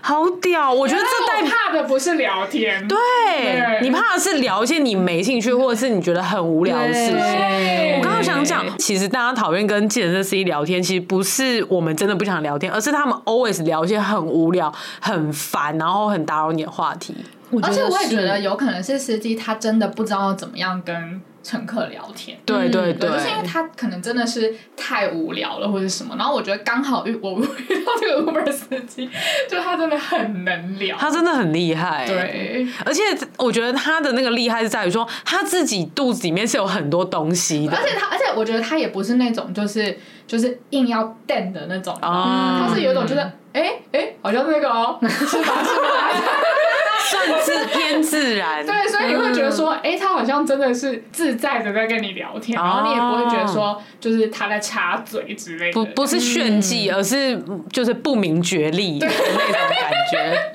S3: 好屌！我觉得这代
S5: 但我
S3: 表。
S5: 怕的不是聊天，对
S3: 对啊
S5: 对
S3: 你怕的是聊一些你没兴趣或者是你觉得很无聊的事情。我刚刚想讲，其实大家讨厌跟计程车司机聊天，其实不是我们真的不想聊天，而是他们 always 聊一些很无聊、很烦，然后很打扰你的话题。
S5: 嗯而且我也
S2: 是
S5: 觉得有可能是司机他真的不知道怎么样跟乘客聊天。
S3: 对对
S5: 对，
S3: 对，
S5: 就是因为他可能真的是太无聊了或者什么，然后我觉得刚好遇 我遇到这个 Uber 司机，就他真的很能聊，
S3: 他真的很厉害。。
S5: 对，
S3: 而且我觉得他的那个厉害是在于说，他自己肚子里面是有很多东西的
S5: 而，且他而且我觉得他也不是那种就是就是硬要瞪的那种，
S3: 哦
S5: 他是有一种就是哎哎好像是那 个哦，是吧是吧？
S3: 算自偏自然。
S5: 对，所以你会觉得说，哎、他好像真的是自在的在跟你聊
S3: 嗯
S5: 天，然后你也不会觉得说，就是他在插嘴之类的。
S3: 不不是炫技，而是就是不明觉厉的那种感觉，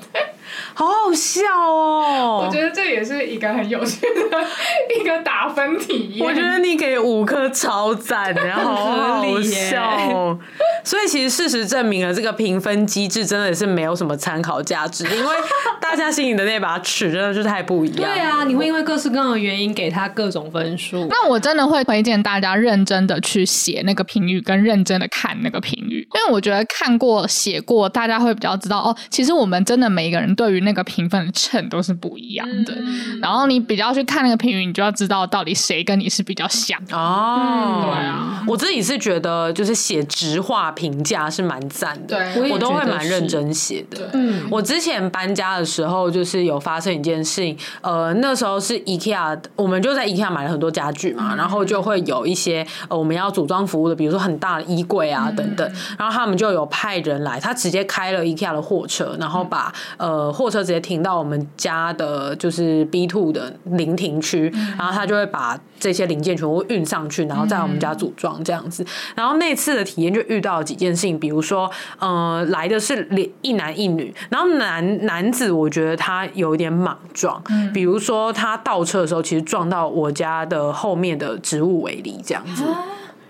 S3: 好好笑哦
S5: 我！觉得这也是一个很有趣的一个打分体验。
S3: 我觉得你给五颗超赞，然后好好笑哦。所以其实事实证明了，这个评分机制真的是没有什么参考价值，因为大家心里的那把尺真的是太不一样。
S2: 对，啊，你会因为各式各样的原因给他各种分数。
S5: 那我真的会推荐大家认真的去写那个评语，跟认真的看那个评语，因为我觉得看过、写过，大家会比较知道哦。其实我们真的每一个人对于那个评分的秤都是不一样的。然后你比较去看那个评语，你就要知道到底谁跟你是比较像。
S3: 哦，
S5: 对啊，
S3: 我自己是觉得就是写直话评价是蛮赞的，
S5: 对
S3: 我都
S2: 也
S3: 会
S2: 觉得
S3: 蛮
S2: 是
S3: 认真写的。
S2: 嗯，
S3: 我之前搬家的时候，就是有发生一件事情，呃，那时候是 IKEA，我们就在 IKEA 买了很多家具嘛，然后就会有一些呃我们要组装服务的，比如说很大的衣柜啊等等，然后他们就有派人来，他直接开了 IKEA 的货车，然后把呃货车直接停到我们家的，就是 B two 的临停呃区，
S2: 嗯
S3: 然后他就会把这些零件全部运上去，然后在我们家组装这样子。然后那次的体验就遇到了几件事情，比如说，呃，来的是两一男一女，然后男男子我觉得他有一点莽撞，
S2: 嗯
S3: 比如说
S2: 哦
S3: 他倒车的时候，其实撞到我家的后面的植物围篱这样子。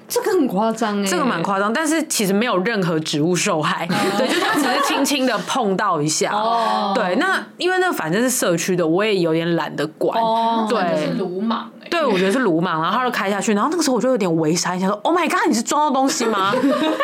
S2: 这个很夸张哎，
S3: 这个蛮夸张，欸但是其实没有任何植物受害，对，就是它只是轻轻的碰到一下。
S2: 哦，
S3: 对，那因为那反正是社区的，我也有点懒得管。
S2: 哦，
S3: 对
S5: 真的是鲁莽哎、
S3: 对，我觉得是鲁莽，然后他就开下去，然后那个时候我就有点微傻，想说，Oh my god，你是撞到东西吗？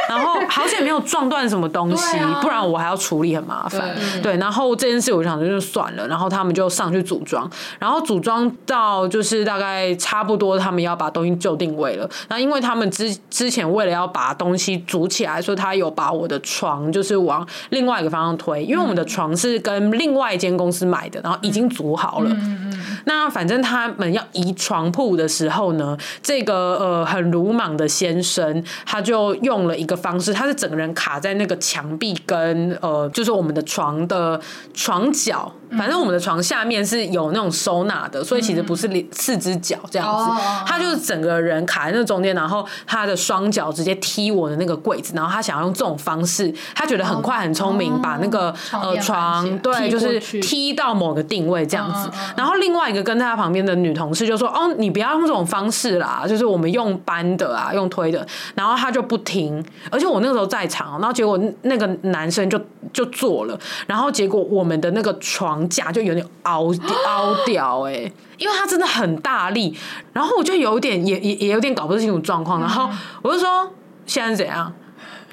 S3: 然后好险没有撞断什么东西，
S5: 对啊
S3: 不然我还要处理很麻烦。
S5: 对嗯
S3: 对，然后这件事我想着就算了，然后他们就上去组装，然后组装到就是大概差不多他们要把东西就定位了。那因为他们之之前为了要把东西组起来，所以他有把我的床就是往另外一个方向推，因为我
S5: 嗯
S3: 们的床是跟另外一间公司买的，然后已经组好了。
S5: 嗯
S3: 那反正他们要移床铺的时候呢，这个呃很鲁莽的先生，他就用了一个方式，他是整个人卡在那个墙壁跟呃，就是我们的床的呃床角，反正我们的床下面是有那种收纳的，所以其实不是连四只脚这样子
S5: 哦嗯哦哦，
S3: 他就是整个人卡在那中间，然后他的双脚直接踢我的那个柜子，然后他想要用这种方式，他觉得很快很聪明，把那个呃
S5: 哦床
S3: 床
S5: 垫
S3: 对
S5: 搬起来
S2: 踢
S3: 就
S2: 过
S3: 是
S2: 去
S3: 踢到某个定位这样子
S5: 嗯嗯嗯，
S3: 然后另外一个跟在他旁边的女同事就说：“哦，你不要用这种方式啦，就是我们用搬的啊，用推的。”然后他就不听，而且我那个时候在场哦，然后结果那那个男生就就坐了，然后结果我们的那个床架就有点凹凹掉、欸，因为他真的很大力，然后我就有点也也也有点搞不清楚状况，然
S5: 嗯
S3: 后我就说现在是怎样？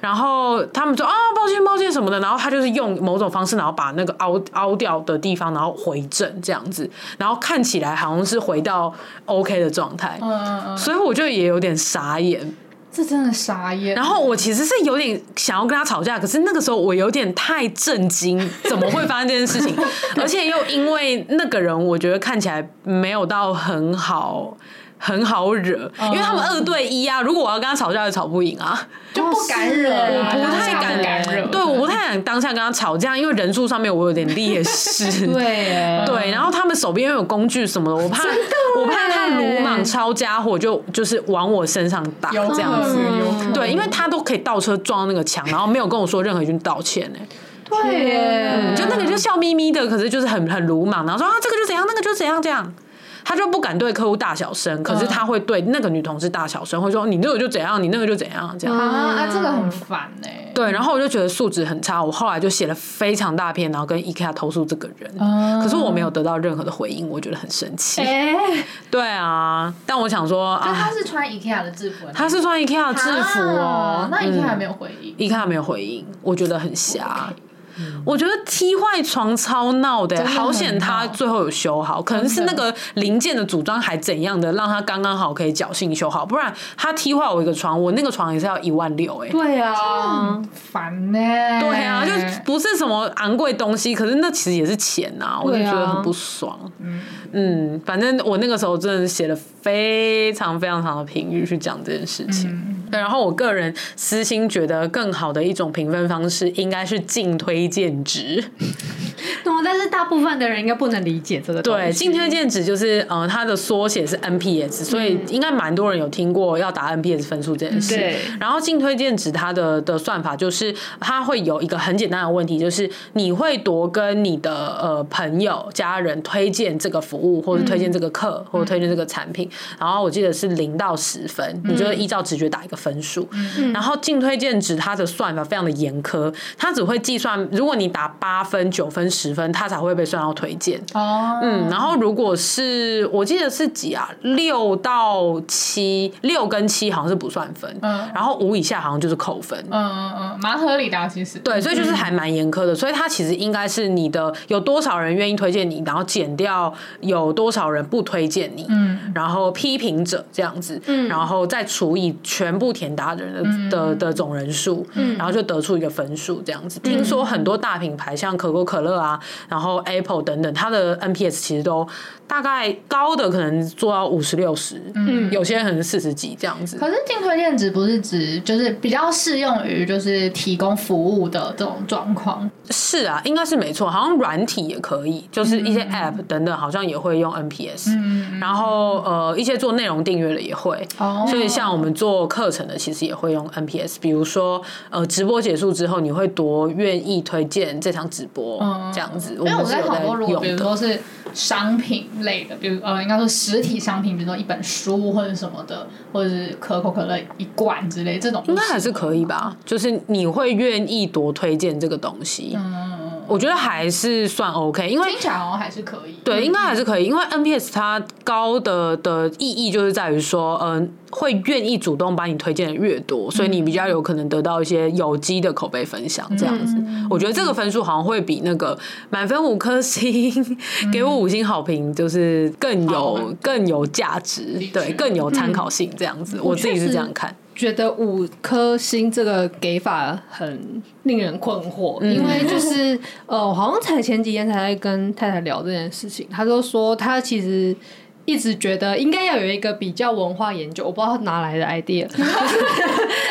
S3: 然后他们说啊，抱歉抱歉什么的，然后他就是用某种方式，然后把那个凹凹掉的地方，然后回正这样子，然后看起来好像是回到 OK 的状态，
S5: 嗯嗯嗯，
S3: 所以我就也有点傻眼。
S5: 这真的傻眼。
S3: 然后我其实是有点想要跟他吵架，可是那个时候我有点太震惊，怎么会发生这件事 情？而且又因为那个人，我觉得看起来没有到很好。很好惹，因为他们二对一啊。如果我要跟他吵架，也吵不赢啊。
S5: 就不敢惹啊，
S3: 我不太
S5: 大家
S3: 敢
S5: 不敢惹，
S3: 对，我不太敢当下跟他吵架，因为人数上面我有点劣势。
S2: 对，
S5: 啊
S3: 对，然后他们手边又有工具什么的，我怕我怕他鲁莽抄家伙就就是往我身上打
S5: 欸有
S3: 这样子。
S5: 有可能
S3: 对，因为他都可以倒车撞到那个墙，然后没有跟我说任何一句道歉呢、
S2: 对
S5: 啊
S2: 耶，
S3: 就那个就笑眯眯的，可是就是很很鲁莽，然后说啊这个就怎样，那个就怎样这样。他就不敢对客户大小声，可
S5: 嗯
S3: 是他会对那个女同事大小声，会说你那个就怎样，你那个就怎样这样。
S5: 啊啊，这个很烦哎。
S3: 对，然后我就觉得素质很差，我后来就写了非常大篇，然后跟 IKEA 投诉这个人，
S5: 嗯
S3: 可是我没有得到任何的回应，我觉得很生气。
S2: 哎，
S3: 对啊，但我想说
S5: 那
S3: 啊
S5: 嗯他，是穿 IKEA 的制服的那种，
S3: 他是穿 IKEA 的制服哦
S5: 啊，那 IKEA 还没
S3: 有、
S5: 有回应。
S3: i k e a 没有回应，我觉得很瞎。我觉得踢坏床超闹的，
S5: 嗯
S3: 欸
S5: 真的很
S3: 好险他
S5: 闹
S3: 最后有修好，可能是那个零件的组装还怎样的，让他刚刚好可以侥幸修好，不然他踢坏我一个床，我那个床也是要一万六哎。
S2: 对啊，
S5: 烦呢、嗯
S3: 对啊，就不是什么昂贵东西，可是那其实也是钱呐、我就
S2: 对
S3: 觉
S2: 啊
S3: 得很不爽。嗯反正我那个时候真的写了非常非常长的评语去讲这件事情。对，然后我个人私心觉得更好的一种评分方式应该是净推荐值。
S2: 懂，啊但是大部分的人应该不能理解这个东西，嗯
S3: 对，净推荐值就是呃，它的缩写是 NPS，所以应该蛮多人有听过要打 NPS 分数这件事。
S2: 对
S3: 然后净推荐值它的的算法就是它会有一个很简单的问题，就是你会多跟你的呃朋友、家人推荐这个服务，或者
S2: 嗯
S3: 推荐这个课，或者推荐这个产品。然后我记得是零到十分，你
S2: 嗯
S3: 就依照直觉打一个分数。
S5: 嗯
S3: 然后净推荐值它的算法非常的严苛，它只会计算如果你打八分、九分、十分，它才会被算到推荐。
S5: 哦，
S3: 嗯，然后如果是我记得是几啊，六到七，六跟七好像是不算分，
S5: 嗯
S3: 然后五以下好像就是扣分。
S5: 嗯嗯嗯，蛮合理的、啊，其实。
S3: 对，所以
S2: 嗯
S3: 就是还蛮严苛的，所以它其实应该是你的有多少人愿意推荐你，然后减掉有多少人不推荐你，
S5: 嗯，
S3: 然后批评者这样子，
S2: 嗯
S3: 然后再除以全部填答的人的、的的总人数，
S2: 嗯
S3: 然后就得出一个分数这样子。听说很多大品牌像可口可乐啊，然后 Apple 等等，它的 NPS 其实都大概高的可能做到五十六十，
S2: 嗯
S3: 有些人可能四十几这样子。
S5: 可是净推荐值不是指就是比较适用于就是提供服务的这种状况，
S3: 是啊，应该是没错，好像软体也可以，就是一些 App 等等，好像也会用 NPS，、
S5: 嗯，
S3: 然后呃，一些做内容订阅的也会。
S5: 哦，
S3: 所以，像我们做课程的，其实也会用 NPS，比如说，呃，直播结束之后，你会多愿意推荐这场直播，
S5: 嗯哎
S3: 这样子。
S5: 因为我
S3: 们是
S5: 在
S3: 有
S5: 想
S3: 在
S5: 说，如果比
S3: 用
S5: 如
S3: 的，
S5: 说是商品类的，比如呃，应该说实体商品，比如说一本书或者什么的，或者是可口可乐一罐之类这种，
S3: 应该还是可以吧？就是你会愿意多推荐这个东西，
S5: 嗯，
S3: 我觉得还是算 OK，因为
S5: 听起来好像还是可以。
S3: 对，应啊该还是
S5: 嗯
S3: 可以，因为 NPS 它高的的意义就是在于说，嗯、会愿意主动把你推荐的越
S5: 嗯
S3: 多，所以你比较有可能得到一些有机的口碑分享这样子。
S5: 嗯
S3: 我觉得这个分数好像会比那个满分五颗星给我五星好评，就是更有更有价值，对，更有参考性这样
S5: 嗯
S3: 子。我自己是这样看，
S2: 觉得五颗星这个给法很令人困惑，因为就是呃，我好像才前几天才在跟太太聊这件事情，她就说她其实。一直觉得应该要有一个比较文化研究，我不知道哪来的 idea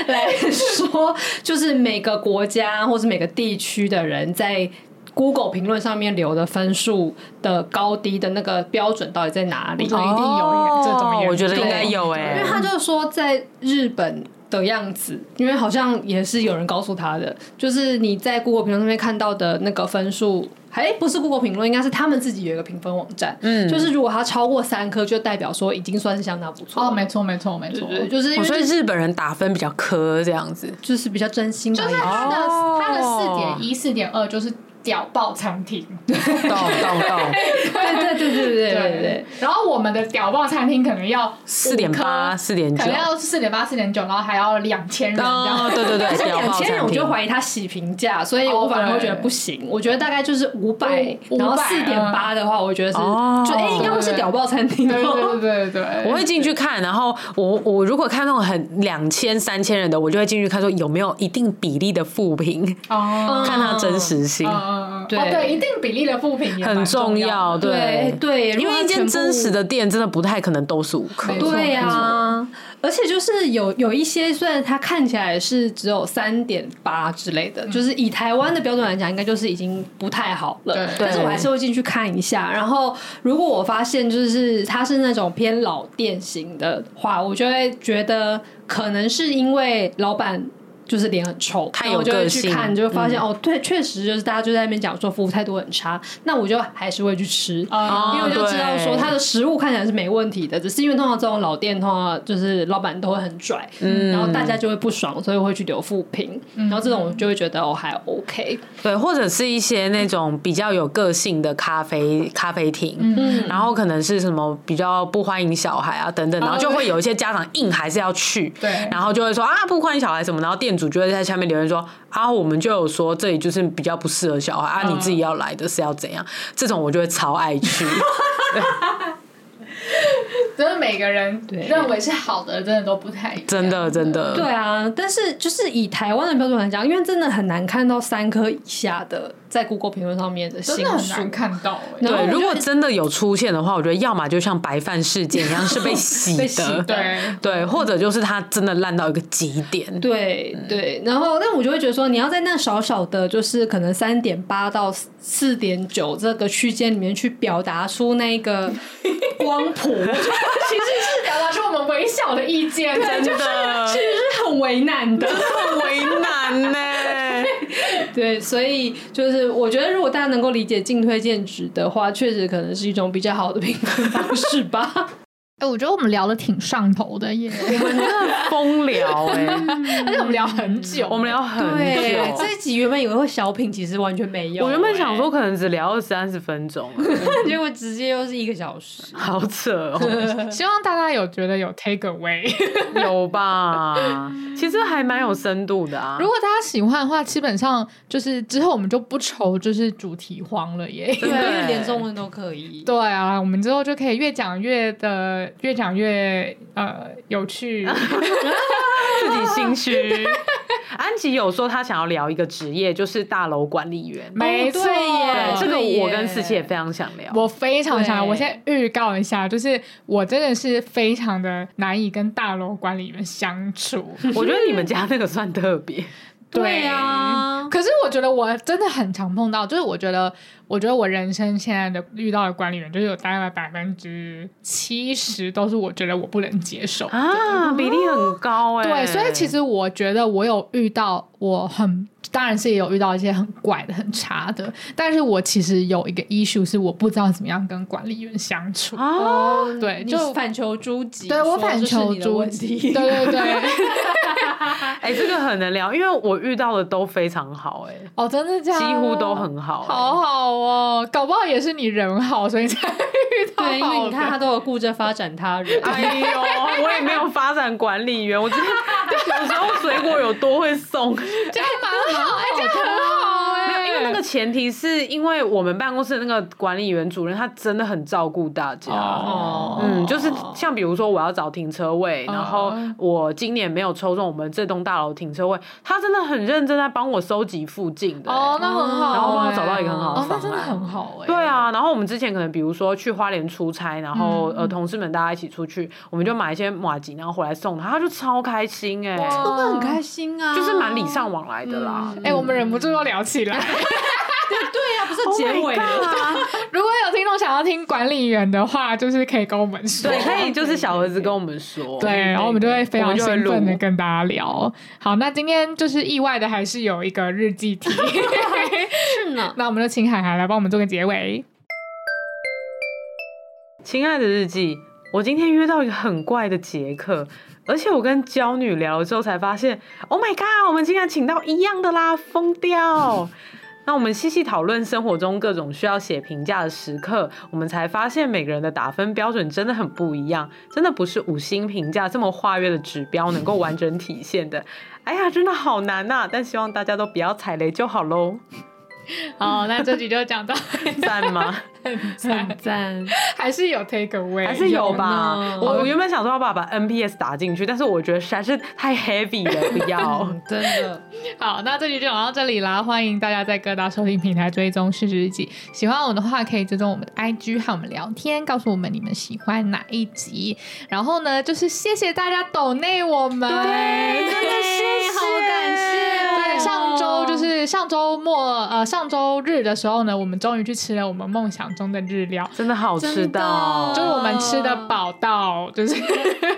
S2: 来说，就是每个国家或是每个地区的人在 Google 评论上面留的分数的高低的那个标准到底在哪里？
S5: 我觉得一定有一个这种
S3: 哦
S5: 研
S3: 我觉得
S5: 究
S3: 应该有哎、
S2: 因为他就说在日本的样子，因为好像也是有人告诉他的，就是你在 Google 评论上面看到的那个分数，哎，不是 Google 评论，应该是他们自己有一个评分网站，嗯，就是如果它超过三颗，就代表说已经算是相当不错了
S5: 哦，没错，没错，没错，
S2: 对，就是因
S3: 哦
S2: 为
S3: 所以
S2: 就是
S3: 日本人打分比较苛这样子。
S2: 就是比较真心吧，
S5: 就是
S2: 也
S5: 它的
S3: 哦
S5: 它的四点一、四点二就是屌爆餐厅，
S3: 懂 懂懂，
S2: 对对对对对对对。
S5: 然后我们的屌爆餐厅可能要
S3: 四点八、四点九
S5: 可能，要四点八、四点九，然后还要两千人这
S3: 哦
S5: 样。
S3: 对 对对，屌
S2: 两
S3: 爆
S2: 千人，
S3: 餐
S2: 我就
S3: 厅
S2: 怀疑他洗评价，所以我反而会
S3: 哦
S2: 觉得不行。我觉得大概就是五百，
S5: 五
S2: 然后四
S5: 500
S2: 点八
S3: 嗯
S2: 的话，我觉得是
S3: 哦
S2: 就哎，应该会是屌爆餐厅哦。
S5: 对对对对对，
S3: 我会进去看，然后我我如果看那种很两千三千人的，我就会进去看说有没有一定比例的负评，
S2: 嗯
S5: 哦，
S3: 看它真实性
S5: 嗯嗯嗯，
S2: 对
S5: 哦对，一定比例的复评也蛮
S3: 很
S5: 重
S3: 重要，
S5: 要的，
S3: 对
S2: 对。对，如
S3: 因
S2: 果
S3: 为一
S2: 它全
S3: 间
S2: 部
S3: 真实的店真的不太可能都是五颗，
S5: 没错
S2: 对呀、而且就是有有一些，虽然它看起来是只有三点八之类的，就是以台湾的标准来讲，应该就是已经不太好了。
S5: 对
S2: 但是我还是会进去看一下。然后如果我发现就是它是那种偏老店型的话，我就会觉得可能是因为老板。就是脸很臭，
S3: 太
S2: 然后
S3: 有
S2: 我就会
S3: 个
S2: 去
S3: 性
S2: 看，就会发现、哦，对，确实就是大家就在那边讲说服务态度很差，那我就还是会去吃。
S5: 哦
S2: 因为我就知道说
S3: 对
S2: 它的食物看起来是没问题的，只是因为通常这种老店，通常就是老板都会很拽，
S5: 嗯
S2: 然后大家就会不爽，所以会去留负评，然后这种我就会觉得哦还
S5: 嗯
S2: OK，
S3: 对，或者是一些那种比较有个性的咖啡咖啡厅，
S2: 嗯，
S3: 然后可能是什么比较不欢迎小孩啊等等，然
S2: 哦
S3: 后就会有一些家长硬还是要去，
S5: 对
S3: 然后就会说啊不欢迎小孩什么，然后店主就会在下面留言说啊我们就有说这里就是比较不适合小孩
S2: 嗯
S3: 啊，你自己要来的是要怎样，这种我就会超爱去，
S5: 就是每个人认为是好的，真的都不太一样，
S3: 真的真的，
S2: 对啊，但是就是以台湾的标准来讲，因为真的很难看到三颗以下的在 Google 评论上面的
S5: 真
S2: 星
S5: 的很
S2: 数
S5: 难。看到哎
S2: 然后我
S3: 对，
S2: 就
S3: 如果真的有出现的话，我觉得要么就像白饭事件一样 是被洗
S2: 被洗
S3: 的，
S2: 的
S5: 对。
S3: 对，或者就是它真的烂到一个极点，
S2: 对
S5: 嗯
S2: 对，然后但我就会觉得说，你要在那少少的，就是可能三点八到四点九这个区间里面去表达出那个光谱，
S5: 其实是表达出我们微小的意见，真
S3: 真的
S2: 其实是很为难的。
S3: 很为难呢、
S2: 对，所以就是我觉得，如果大家能够理解进推荐值的话，确实可能是一种比较好的评分方式吧。
S5: 哎、我觉得我们聊的挺上头的 耶，
S3: 风聊哎、
S5: 而且我们聊很久，
S3: 我们聊很
S2: 嗯 对，
S3: 久。
S2: 这一集原本以为会小品，其实完全没有、
S3: 我原本想说，可能只聊二三十分钟啊，
S2: 欸， 结果直接又是一个小时。
S3: 好扯哦，
S5: 希望大家有觉得有 take away。
S3: 有吧？其实还蛮有深度的啊
S5: 如。果大家喜欢的话，基本上就是之后我们就不愁就是主题荒了耶。
S2: 对，
S3: 对
S2: 因为连中文都可以。
S5: 对啊，我们之后就可以越讲越的，越讲越呃 有
S2: 哦
S5: 趣。
S3: 自己心虚。 安吉有说他想要聊一个职业，就是大楼管理员。
S5: 没错
S2: 对耶
S3: 对，这个
S2: 对耶
S3: 我跟思琪也非常想聊。
S5: 我非常想要，
S2: 对
S5: 我先预告一下，就是我真的是非常的难以跟大楼管理员相 处。
S3: 我觉得你们家那个算特别，
S2: 对啊
S5: 可是我觉得我真的很常碰到，就是我觉得，我觉得我人生现在的遇到的管理员，就是有大概百分之七十都是我觉得我不能接受。
S3: 啊，比例很高哎、
S5: 嗯对，所以其实我觉得我有遇到我很，当然是也有遇到一些很怪的、很差的，但是我其实有一个 issue 是我不知道怎么样跟管理员相处。
S3: 啊，
S5: 对，
S2: 哦你
S5: 就
S2: 反求诸己，
S5: 对
S2: 说
S5: 我反
S2: 这是
S5: 求
S2: 你的
S5: 诸
S2: 问
S5: 己，
S2: 题。
S5: 对 对对，
S3: 哎、这个很能聊，因为我遇到的都非常好哎、
S5: 哦，真的假的？
S3: 几乎都很好、哎
S5: 好好哦，搞不好也是你人好，所以才遇到好 的。
S2: 对，因为你看他都有顾着发展他人，
S3: 哎呦，我也没有发展管理员，我真的 有时候水果有多会送，
S5: 这样蛮好，哎，这样很好
S3: 没有，
S5: 哎，
S3: 因为那个前提是因为我们办公室的那个管理员主任，他真的很照顾大家。
S5: 哦
S3: 嗯，就是像比如说我要找停车位，
S5: 哦
S3: 然后我今年没有抽中我们这栋大楼停车位，他真的很认真在帮我收集附近的、
S5: 哦，那很好哎，
S3: 然后帮我找到一个很好的
S5: 哦，那
S3: 方
S5: 真的
S3: 案
S5: 很好哎，
S3: 对啊，然后我们之前可能比如说去花莲出差，然后、
S5: 嗯
S3: 呃同事们大家一起出去，我们就买一些马吉，然后回来送他，他就超开心哎、
S5: 哇
S2: 会很开心啊，
S3: 就是蛮礼尚往来的啦。
S5: 哎、我们忍不住又聊 起来。
S2: 对啊，不是结尾了，
S5: 如果有听众想要听管理员的话，就是可以跟我们说。
S3: 对，可以就是小儿子跟我们
S2: 哦
S3: 说，
S5: 嗯对，然后我们就会非
S3: 我
S5: 常
S3: 们就会
S5: 兴奋的
S3: 录
S5: 跟大家聊。好，那今天就是意外的，还是有一个日记题。
S2: 是呢。
S5: 那我们就请海涵来帮我们做个结尾。
S3: 亲爱的日记，我今天约到一个很怪的杰克，而且我跟娇女聊了之后才发现，Oh my god，我们竟然请到一样的啦，疯掉！ 那我们细细讨论生活中各种需要写评价的时刻，我们才发现每个人的打分标准真的很不一样，真的不是五星评价这么跨越的指标能够完整体现的。哎呀，真的好难呐、但希望大家都不要踩雷就好喽，
S5: 好，那这集就讲到
S3: 赞吗？
S5: 很
S2: 赞，
S5: 还是有 take away，
S3: 还是有吧
S2: 有呢。
S3: 我我原本想说要把把 NPS 打进去，但是我觉得实在是太 heavy 了，不要。
S2: 嗯真的。
S5: 好，那这集就讲到这里啦，欢迎大家在各大收听平台追踪《事实日记》。喜欢我的话，可以追踪我们的 IG 和我们聊天，告诉我们你们喜欢哪一集。然后呢，就是谢谢大家抖内我们，对，哎真的哎谢谢，好感谢。对，啊
S3: 哦
S5: 上周就是上周末，呃，上周日的时候呢，我们终于去吃了我们梦想中的日料。
S3: 真的好吃到，
S5: 就是我们吃
S3: 哦
S5: 的饱到，就是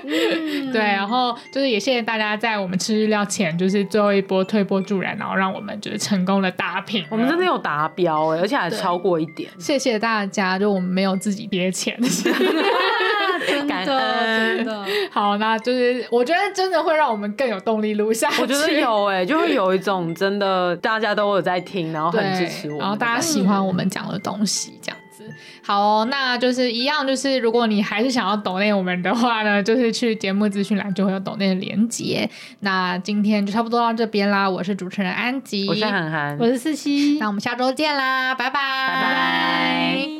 S3: 嗯
S5: 对，然后就是也谢谢大家在我们吃日料前，就是最后一波推波助澜，然后让我们就是成功的打平了。
S3: 我们真的有达标哎，而且还超过一点，
S5: 谢谢大家，就我们没有自己憋钱。
S2: 真
S3: 感
S2: 的，
S3: 恩
S2: 真的，
S5: 好，那就是我觉得真的会让我们更有动力录下去。
S3: 我觉得有哎，就会有一种真的大家都有在听，然后
S5: 对，
S3: 哦很支持我们的感觉，
S5: 然后大家喜欢我们讲的东西，这样子。好哦，那就是一样，就是如果你还是想要抖内我们的话呢，就是去节目资讯栏就会有抖内的连接。那今天就差不多到这边啦，我是主持人安吉，
S3: 我是涵涵，
S2: 我是四七
S5: 那，我们下周见啦，拜拜，拜拜。